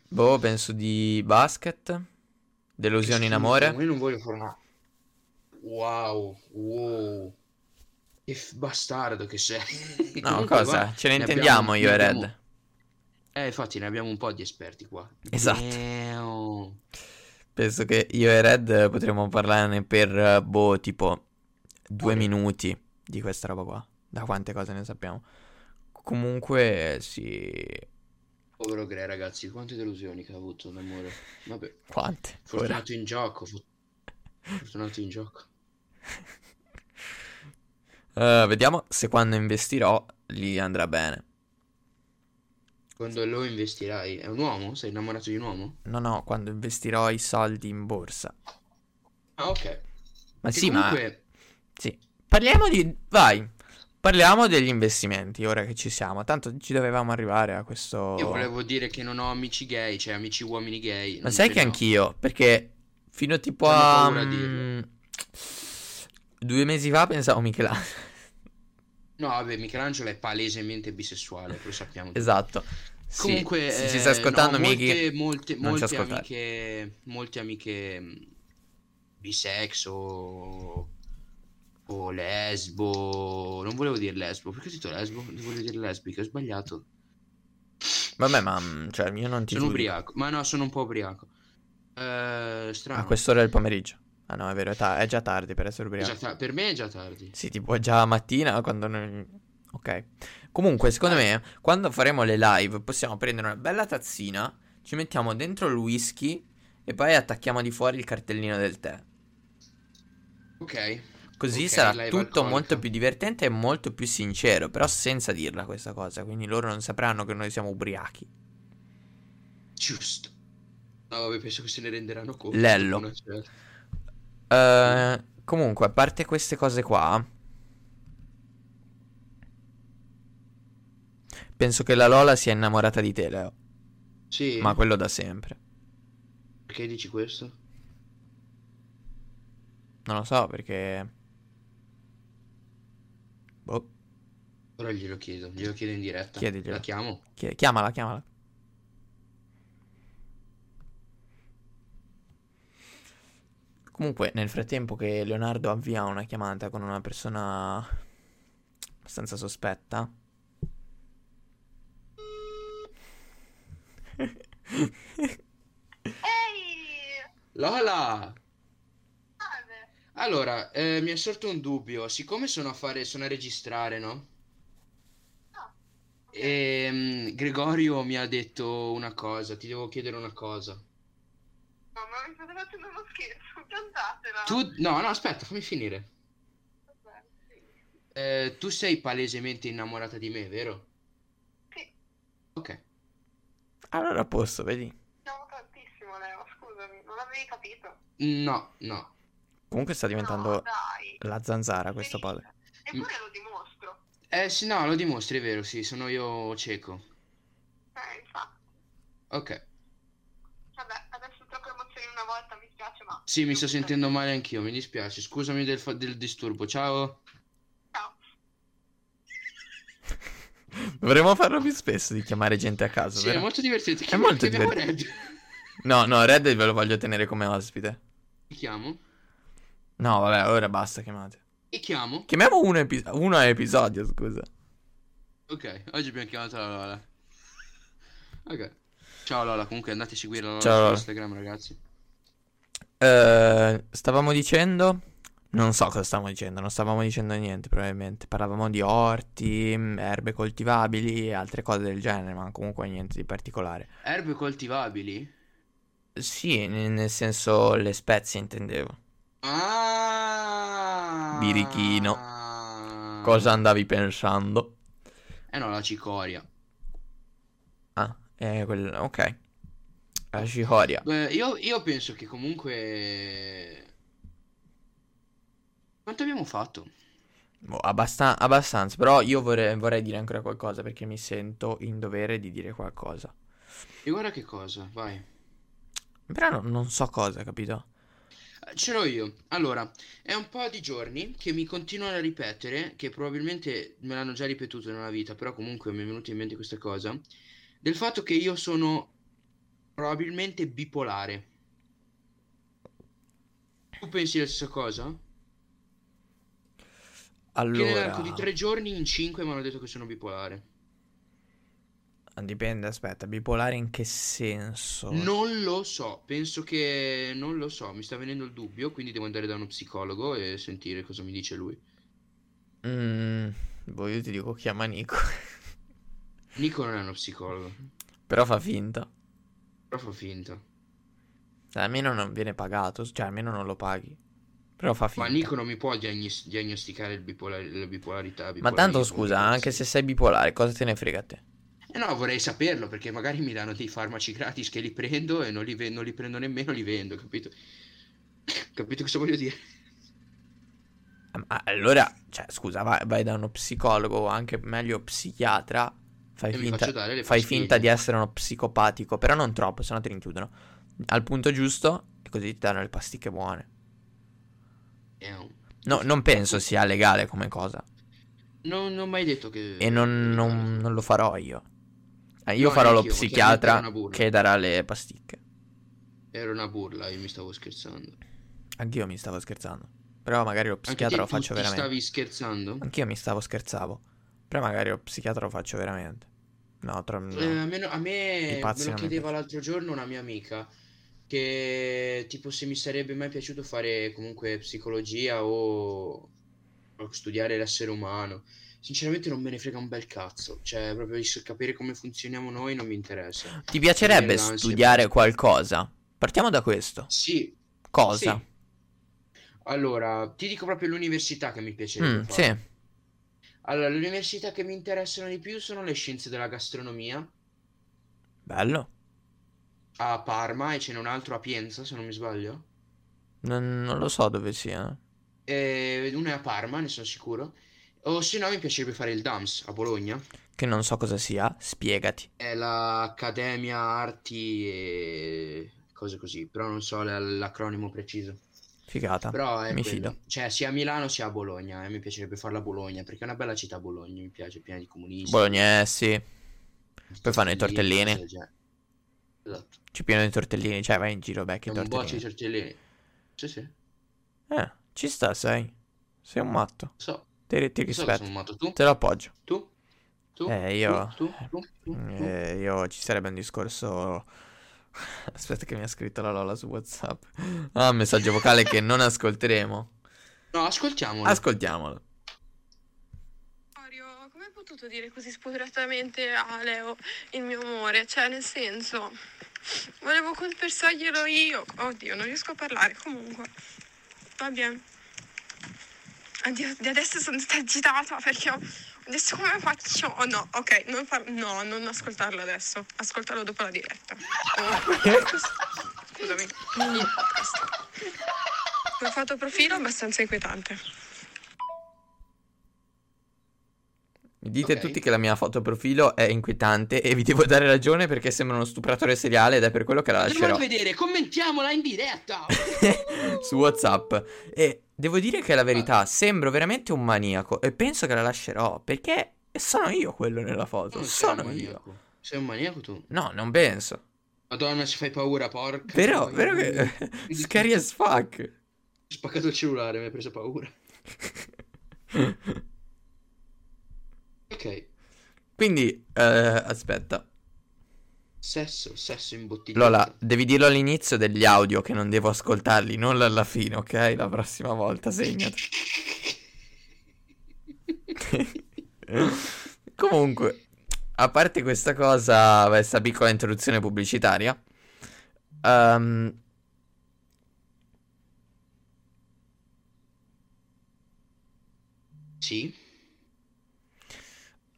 Speaker 1: boh, penso di basket, delusione in amore.
Speaker 2: Io non voglio fare una... Wow, wow. Che f- bastardo che sei.
Speaker 1: No,
Speaker 2: Comunque,
Speaker 1: cosa?
Speaker 2: guarda,
Speaker 1: Ce ne
Speaker 2: ne
Speaker 1: intendiamo
Speaker 2: abbiamo-
Speaker 1: io
Speaker 2: ne
Speaker 1: e
Speaker 2: abbiamo-
Speaker 1: Red.
Speaker 2: Eh, infatti ne abbiamo un po' di esperti qua.
Speaker 1: Esatto.
Speaker 2: Damn.
Speaker 1: Penso che io e Red eh, potremmo parlarne per, eh, boh, tipo due
Speaker 2: Ore.
Speaker 1: minuti di questa roba qua. Da quante cose ne sappiamo. Comunque, eh, sì.
Speaker 2: Povero Gre, ragazzi, quante delusioni che ha avuto l'amore. Vabbè.
Speaker 1: Quante? Ora.
Speaker 2: Fortunato in gioco. fu- Fortunato in gioco.
Speaker 1: Eh, vediamo se quando investirò lì andrà bene.
Speaker 2: Quando lo investirai? È un uomo? Sei innamorato di un uomo?
Speaker 1: No, no, quando investirò i soldi in borsa.
Speaker 2: Ah, ok.
Speaker 1: Ma
Speaker 2: Che
Speaker 1: sì, ma...
Speaker 2: comunque...
Speaker 1: Sì. Parliamo di... Vai. Parliamo degli investimenti, ora che ci siamo. Tanto ci dovevamo arrivare a questo...
Speaker 2: Io volevo dire che non ho amici gay, cioè amici uomini gay.
Speaker 1: Oh. Ma
Speaker 2: non
Speaker 1: sai
Speaker 2: ce
Speaker 1: che
Speaker 2: ne ho.
Speaker 1: anch'io, perché fino tipo
Speaker 2: Hanno
Speaker 1: a...
Speaker 2: paura a dirlo.
Speaker 1: mm, Due mesi fa oh, pensavo Michelangelo.
Speaker 2: No, vabbè, Michelangelo è palesemente bisessuale, lo sappiamo. tutti.
Speaker 1: Esatto. Sì,
Speaker 2: Comunque,
Speaker 1: se
Speaker 2: eh,
Speaker 1: ci sta ascoltando,
Speaker 2: no, molte,
Speaker 1: Michi,
Speaker 2: molte,
Speaker 1: non ci
Speaker 2: molte
Speaker 1: ascoltare.
Speaker 2: amiche, molte amiche mm, mh, bisex o, o lesbo. Non volevo dire lesbo, perché ho detto lesbo? Non volevo dire lesbica, ho sbagliato.
Speaker 1: Vabbè, ma mm, cioè, io non ti
Speaker 2: Sono
Speaker 1: giudico.
Speaker 2: ubriaco, ma no, sono un po' ubriaco. Eh, strano.
Speaker 1: A quest'ora del pomeriggio. Ah no, è vero, è, ta- Ah, è già tardi per essere
Speaker 2: È già
Speaker 1: ubriaco.
Speaker 2: ta- per me è già tardi.
Speaker 1: Sì, tipo è già mattina quando noi... Ok. Comunque, secondo me, quando faremo le live, possiamo prendere una bella tazzina, ci mettiamo dentro il whisky e poi attacchiamo di fuori il cartellino del tè.
Speaker 2: Ok.
Speaker 1: Così
Speaker 2: Ok,
Speaker 1: sarà
Speaker 2: live
Speaker 1: tutto
Speaker 2: alcolica.
Speaker 1: molto più divertente e molto più sincero, però senza dirla questa cosa, quindi loro non sapranno che noi siamo ubriachi.
Speaker 2: Giusto. No, vabbè, penso che se ne renderanno conto.
Speaker 1: Lello.
Speaker 2: Una certa.
Speaker 1: Eh, comunque, a parte queste cose qua, penso che la Lola sia innamorata di te, Leo,
Speaker 2: Sì,
Speaker 1: ma quello da sempre.
Speaker 2: perché dici questo?
Speaker 1: Non lo so perché... Boh,
Speaker 2: Ora glielo chiedo, glielo chiedo in diretta.
Speaker 1: Chiediglielo.
Speaker 2: La chiamo?
Speaker 1: chi- chiamala, chiamala. Comunque, nel frattempo che Leonardo avvia una chiamata con una persona abbastanza sospetta.
Speaker 3: Ehi!
Speaker 2: Lola!
Speaker 3: Salve!
Speaker 2: Allora, eh, mi è sorto un dubbio. Siccome sono a fare, sono a registrare, no?
Speaker 3: No. Ok.
Speaker 2: E mm, Gregorio mi ha detto una cosa, ti devo chiedere una cosa.
Speaker 3: No, ma mi state facendo uno scherzo, cantatela!
Speaker 2: Tu, no, no, aspetta, fammi finire.
Speaker 3: Vabbè, sì.
Speaker 2: Eh, tu sei palesemente innamorata di me, vero?
Speaker 3: Sì,
Speaker 2: Ok.
Speaker 1: Allora a posto, vedi?
Speaker 3: siamo tantissimo, Leo, scusami, non avevi capito?
Speaker 2: No, no.
Speaker 1: Comunque sta
Speaker 3: No,
Speaker 1: diventando
Speaker 3: dai!
Speaker 1: la zanzara questo
Speaker 3: Benissimo.
Speaker 1: podcast.
Speaker 3: Eppure lo dimostro.
Speaker 2: Eh sì, no, lo dimostri, è vero, sì, sono io cieco.
Speaker 3: Eh, infatti.
Speaker 2: Ok.
Speaker 3: Vabbè, adesso troppe emozioni una volta, mi spiace, ma...
Speaker 2: Sì, mi sto sentendo male anch'io, mi dispiace. Scusami del, fa- del disturbo. Ciao.
Speaker 3: Ciao.
Speaker 1: Dovremmo farlo più spesso di chiamare gente a caso,
Speaker 2: Sì, è
Speaker 1: vero?
Speaker 2: molto divertente.
Speaker 1: È molto
Speaker 2: Chiamiamo
Speaker 1: divertente.
Speaker 2: Red.
Speaker 1: No, no, Red ve lo voglio tenere come ospite.
Speaker 2: Ti chiamo?
Speaker 1: No, vabbè, ora basta chiamate.
Speaker 2: Ti chiamo?
Speaker 1: Chiamiamo uno, epi- uno a episodio, scusa.
Speaker 2: Ok, oggi abbiamo chiamato la Lola. Ok. Ciao Lola, comunque andate a seguire la Lola
Speaker 1: Ciao,
Speaker 2: su
Speaker 1: Lola.
Speaker 2: Instagram, ragazzi.
Speaker 1: Eh, stavamo dicendo... Non so cosa stavamo dicendo, non stavamo dicendo niente probabilmente. Parlavamo di orti, mm, erbe coltivabili e altre cose del genere, ma comunque niente di particolare.
Speaker 2: Erbe coltivabili?
Speaker 1: Sì, n- nel senso le spezie intendevo.
Speaker 2: Ah!
Speaker 1: Birichino. Cosa andavi pensando?
Speaker 2: Eh no, la cicoria.
Speaker 1: Ah, è quella, ok. La cicoria.
Speaker 2: Beh, io, io penso che comunque... Quanto abbiamo fatto?
Speaker 1: Boh, abbastan- abbastanza, però io vorrei, vorrei dire ancora qualcosa perché mi sento in dovere di dire qualcosa.
Speaker 2: E guarda che cosa, vai.
Speaker 1: Però no- non so cosa, capito?
Speaker 2: Ce l'ho io. Allora, è un po' di giorni che mi continuano a ripetere, che probabilmente me l'hanno già ripetuto nella vita, però comunque mi è venuta in mente questa cosa, del fatto che io sono probabilmente bipolare. Tu pensi la stessa cosa? Che nell'arco di
Speaker 1: Allora,
Speaker 2: tre giorni in cinque mi hanno detto che sono bipolare.
Speaker 1: dipende, aspetta, bipolare in che senso?
Speaker 2: Non lo so, penso che non lo so, mi sta venendo il dubbio, quindi devo andare da uno psicologo e sentire cosa mi dice lui.
Speaker 1: Mm, boh, io ti dico chiama Nico,
Speaker 2: Nico non è uno psicologo,
Speaker 1: però fa finta.
Speaker 2: però fa finta.
Speaker 1: Cioè, almeno non viene pagato, cioè almeno non lo paghi. Però fa
Speaker 2: Ma
Speaker 1: finta.
Speaker 2: Nico non mi può diagnos- diagnosticare il bipolar- la bipolarità,
Speaker 1: Ma tanto
Speaker 2: bipolarismo,
Speaker 1: scusa,
Speaker 2: cose
Speaker 1: anche
Speaker 2: così.
Speaker 1: se sei bipolare, cosa te ne frega a te?
Speaker 2: Eh no, vorrei saperlo, perché magari mi danno dei farmaci gratis che li prendo e non li, ve- non li prendo nemmeno, li vendo, capito? Capito cosa voglio dire?
Speaker 1: Ah, ma Allora, cioè, scusa, vai, vai da uno psicologo o anche meglio psichiatra. Fai
Speaker 2: E mi
Speaker 1: finta,
Speaker 2: faccio dare le
Speaker 1: fai
Speaker 2: pastiglie.
Speaker 1: finta di essere uno psicopatico, però non troppo, sennò ti rinchiudono. Al punto giusto, e così ti danno le pasticche buone.
Speaker 2: Eh, no.
Speaker 1: No, non penso sia legale come cosa.
Speaker 2: Non, non ho mai detto che...
Speaker 1: E non, non- non lo farò io. Eh, Io
Speaker 2: No,
Speaker 1: farò lo
Speaker 2: neanch'io, perché
Speaker 1: psichiatra
Speaker 2: era una burla.
Speaker 1: che darà le pasticche.
Speaker 2: Era una burla, io mi stavo scherzando.
Speaker 1: Anch'io mi stavo scherzando. Però magari lo
Speaker 2: Anche te
Speaker 1: psichiatra lo
Speaker 2: tu
Speaker 1: faccio
Speaker 2: ti
Speaker 1: veramente.
Speaker 2: stavi scherzando?
Speaker 1: Anch'io mi stavo scherzavo. Però magari lo psichiatra lo faccio veramente. No, tro- no.
Speaker 2: Eh, a me, no- a me
Speaker 1: I pazzi
Speaker 2: me lo
Speaker 1: non mi
Speaker 2: chiedeva l'altro giorno una mia amica che tipo se mi sarebbe mai piaciuto fare comunque psicologia o, o studiare l'essere umano. Sinceramente non me ne frega un bel cazzo, cioè proprio il capire come funzioniamo noi non mi interessa.
Speaker 1: Ti piacerebbe
Speaker 2: Sì, anzi,
Speaker 1: studiare qualcosa? Partiamo da questo.
Speaker 2: Sì,
Speaker 1: Cosa?
Speaker 2: sì. Allora, ti dico proprio l'università che mi piacerebbe
Speaker 1: Mm,
Speaker 2: fare.
Speaker 1: sì.
Speaker 2: Allora, le università che mi interessano di più sono le scienze della gastronomia
Speaker 1: Bello.
Speaker 2: a Parma e ce n'è un altro a Pienza, se non mi sbaglio.
Speaker 1: Non, non lo so dove sia.
Speaker 2: Eh, una è a Parma, ne sono sicuro. O se no, mi piacerebbe fare il DAMS a Bologna.
Speaker 1: Che non so cosa sia. Spiegati.
Speaker 2: È l'Accademia Arti e cose così, però non so l- l'acronimo preciso.
Speaker 1: Figata.
Speaker 2: Però è
Speaker 1: Ah, mi
Speaker 2: quello.
Speaker 1: fido.
Speaker 2: Cioè, sia a Milano sia a Bologna. E mi piacerebbe farla a Bologna, perché è una bella città Bologna, mi piace, piena di comunisti.
Speaker 1: Bolognesi.
Speaker 2: di
Speaker 1: poi fanno i tortellini.
Speaker 2: cose del genere. Esatto.
Speaker 1: Ci pieno di tortellini. Cioè, vai in giro, becchi
Speaker 2: È
Speaker 1: i
Speaker 2: un cioè boccio di
Speaker 1: tortellini.
Speaker 2: tortellini. Sì, sì.
Speaker 1: Eh, ci sta, sei. Sei un matto.
Speaker 2: So,
Speaker 1: Ti, ti
Speaker 2: so che sono
Speaker 1: rispetto.
Speaker 2: un matto. Tu?
Speaker 1: Te lo appoggio.
Speaker 2: Tu? Tu?
Speaker 1: Cioè, Eh, io-
Speaker 2: Tu? Tu? Tu? Tu? Tu?
Speaker 1: Eh, io ci sarebbe un discorso. Aspetta, che mi ha scritto la Lola su WhatsApp. Ah, un messaggio vocale che non ascolteremo.
Speaker 2: No, ascoltiamolo.
Speaker 1: Ascoltiamolo.
Speaker 3: Mario, come hai potuto dire così spudoratamente a Leo il mio amore? Cioè, nel senso, volevo confessarglielo io. Oddio, non riesco a parlare. Comunque, va bene. Addio, di adesso sono stata agitata perché ho- adesso come faccio? Oh no, ok, non par- no, non ascoltarlo adesso. Ascoltarlo dopo la diretta. Scusami. Ho fatto profilo abbastanza inquietante.
Speaker 1: Dite
Speaker 2: Ok.
Speaker 1: tutti che la mia foto profilo è inquietante e vi devo dare ragione perché sembra uno stupratore seriale ed è per quello che la
Speaker 2: Andiamo
Speaker 1: lascerò
Speaker 2: a vedere, commentiamola in diretta.
Speaker 1: su WhatsApp. E devo dire che è la
Speaker 2: Ah.
Speaker 1: verità, sembro veramente un maniaco e penso che la lascerò perché sono io quello nella foto.
Speaker 2: Tu non sei un
Speaker 1: Sono io.
Speaker 2: maniaco. Sei un maniaco tu.
Speaker 1: No, non penso.
Speaker 2: Madonna, ci fai paura, porca.
Speaker 1: Però,
Speaker 2: troia.
Speaker 1: vero che... Scary as fuck.
Speaker 2: Ho spaccato il cellulare, mi hai preso paura. Ok.
Speaker 1: Quindi, eh, aspetta.
Speaker 2: Sesso, sesso in bottiglia.
Speaker 1: Lola, devi dirlo all'inizio degli audio che non devo ascoltarli, non alla fine, ok? La prossima volta segnati. Comunque, a parte questa cosa, questa piccola introduzione pubblicitaria, ehm,
Speaker 2: Sì.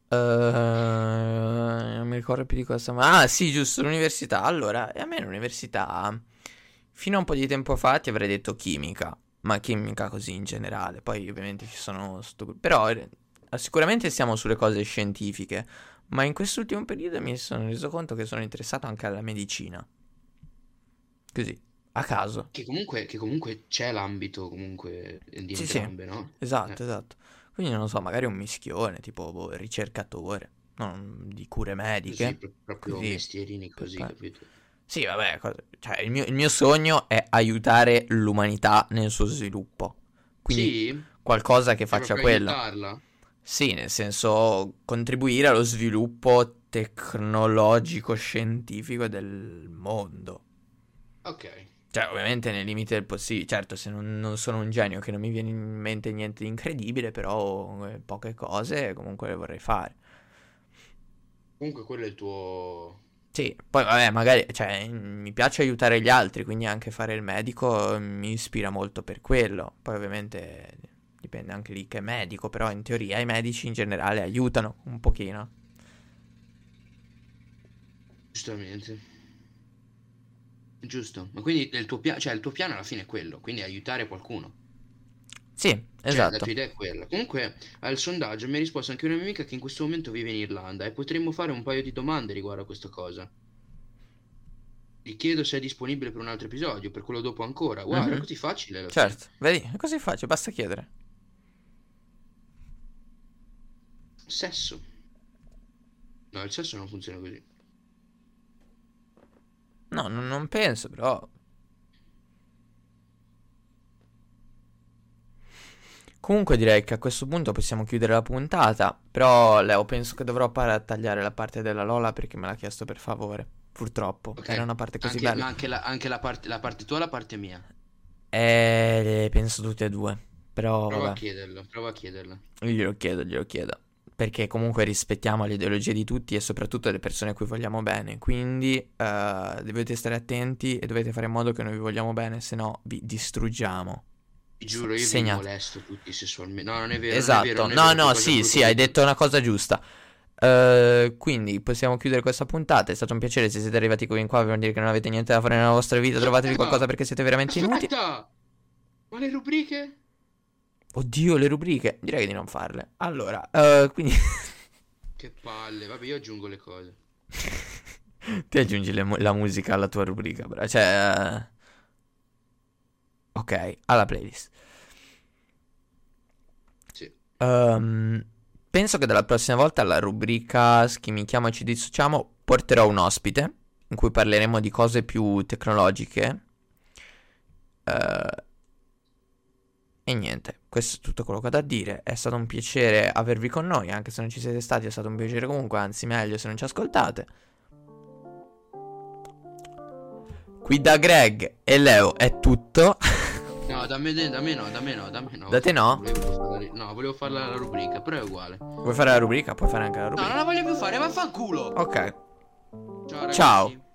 Speaker 1: eh, Ehm, non mi ricordo più di cosa. Ma ah, sì, giusto, l'università. Allora, a me l'università, fino a un po' di tempo fa, ti avrei detto chimica, ma chimica così in generale. Poi, ovviamente, ci sono. stu- Però, eh, sicuramente siamo sulle cose scientifiche. Ma in quest'ultimo periodo mi sono reso conto che sono interessato anche alla medicina. Così, a caso.
Speaker 2: Che comunque, che comunque c'è l'ambito comunque di
Speaker 1: Sì, sì.
Speaker 2: entrambe, no?
Speaker 1: Esatto,
Speaker 2: Eh.
Speaker 1: esatto. Quindi non lo so, magari un mischione, tipo boh, ricercatore, non di cure
Speaker 2: Così,
Speaker 1: mediche.
Speaker 2: pro- proprio
Speaker 1: Così. Cioè,
Speaker 2: mestierini così,
Speaker 1: Perfetto.
Speaker 2: capito?
Speaker 1: Sì, vabbè, cosa- cioè, il mio, il mio sogno è aiutare l'umanità nel suo sviluppo. Quindi
Speaker 2: sì, è
Speaker 1: qualcosa che faccia
Speaker 2: proprio
Speaker 1: quello.
Speaker 2: aiutarla.
Speaker 1: Sì, nel senso contribuire allo sviluppo tecnologico-scientifico del mondo.
Speaker 2: Ok.
Speaker 1: Cioè, ovviamente nei limiti del possibile. Certo, se non, non sono un genio, che non mi viene in mente niente di incredibile, però eh, poche cose comunque le vorrei fare.
Speaker 2: Comunque quello è il tuo...
Speaker 1: Sì, poi vabbè, magari, cioè, mi piace aiutare gli altri, quindi anche fare il medico eh, mi ispira molto per quello. Poi ovviamente dipende anche lì che medico, però in teoria i medici in generale aiutano un pochino.
Speaker 2: Giustamente. Giusto. Ma quindi il tuo, pia- cioè, il tuo piano alla fine è quello, quindi aiutare qualcuno.
Speaker 1: Sì,
Speaker 2: Cioè, la
Speaker 1: esatto.
Speaker 2: tua idea è quella. Comunque, al sondaggio mi ha risposto anche una mia amica che in questo momento vive in Irlanda e potremmo fare un paio di domande riguardo a questa cosa. Ti chiedo se è disponibile per un altro episodio, per quello dopo ancora. Wow, era
Speaker 1: Mhm.
Speaker 2: così facile alla fine.
Speaker 1: Certo, vedi, è così facile, basta chiedere.
Speaker 2: Sesso. No, il sesso non funziona così.
Speaker 1: No, non, non penso, però. Comunque direi che a questo punto possiamo chiudere la puntata, però Leo penso che dovrò par- tagliare la parte della Lola perché me l'ha chiesto per favore, purtroppo,
Speaker 2: Ok.
Speaker 1: era una parte così
Speaker 2: Anche,
Speaker 1: bella.
Speaker 2: ma anche, la, anche la parte, la parte tua e la parte mia.
Speaker 1: Oh, Eh, penso tutte e due, però
Speaker 2: Prova a
Speaker 1: vabbè,
Speaker 2: chiederlo, prova a chiederlo.
Speaker 1: io glielo chiedo, glielo chiedo, perché comunque rispettiamo le ideologie di tutti e soprattutto le persone a cui vogliamo bene, quindi eh, dovete stare attenti e dovete fare in modo che noi vi vogliamo bene, se no vi distruggiamo.
Speaker 2: Ti giuro, io vi
Speaker 1: Segnate.
Speaker 2: molesto tutti sessualmente. No, non è vero, non è vero,
Speaker 1: Esatto,
Speaker 2: non è
Speaker 1: no,
Speaker 2: vero, che
Speaker 1: no,
Speaker 2: cosa
Speaker 1: sì,
Speaker 2: brutta
Speaker 1: sì,
Speaker 2: ho
Speaker 1: hai
Speaker 2: detto.
Speaker 1: detto una cosa giusta. Eh, quindi possiamo chiudere questa puntata. È stato un piacere. Se siete arrivati qui in qua, per dire che non avete niente da fare nella vostra vita, trovatevi qualcosa perché siete veramente inutili.
Speaker 2: Aspetta! Ma le rubriche?
Speaker 1: Oddio, le rubriche, direi di non farle. Allora, eh, quindi
Speaker 2: Che palle, vabbè, io aggiungo le cose.
Speaker 1: ti aggiungi le mu- la musica alla tua rubrica, bra- cioè, eh, ok, alla playlist.
Speaker 2: Sì.
Speaker 1: Ehm, penso che dalla prossima volta alla rubrica Schimichiamo e ci dissociamo porterò un ospite in cui parleremo di cose più tecnologiche. Eh, e niente, questo è tutto quello che ho da dire. È stato un piacere avervi con noi, anche se non ci siete stati, è stato un piacere comunque, anzi meglio se non ci ascoltate. Qui da Greg e Leo è tutto.
Speaker 2: No, da me, da me no, da me no, da me no.
Speaker 1: Da te no?
Speaker 2: Volevo fare- no, volevo farla la rubrica, però è uguale. No,
Speaker 1: Vuoi fare la rubrica? Puoi fare anche la
Speaker 2: non
Speaker 1: rubrica.
Speaker 2: la voglio più fare, vaffanculo!
Speaker 1: Ok.
Speaker 2: Ciao, ragazzi.
Speaker 1: Ciao.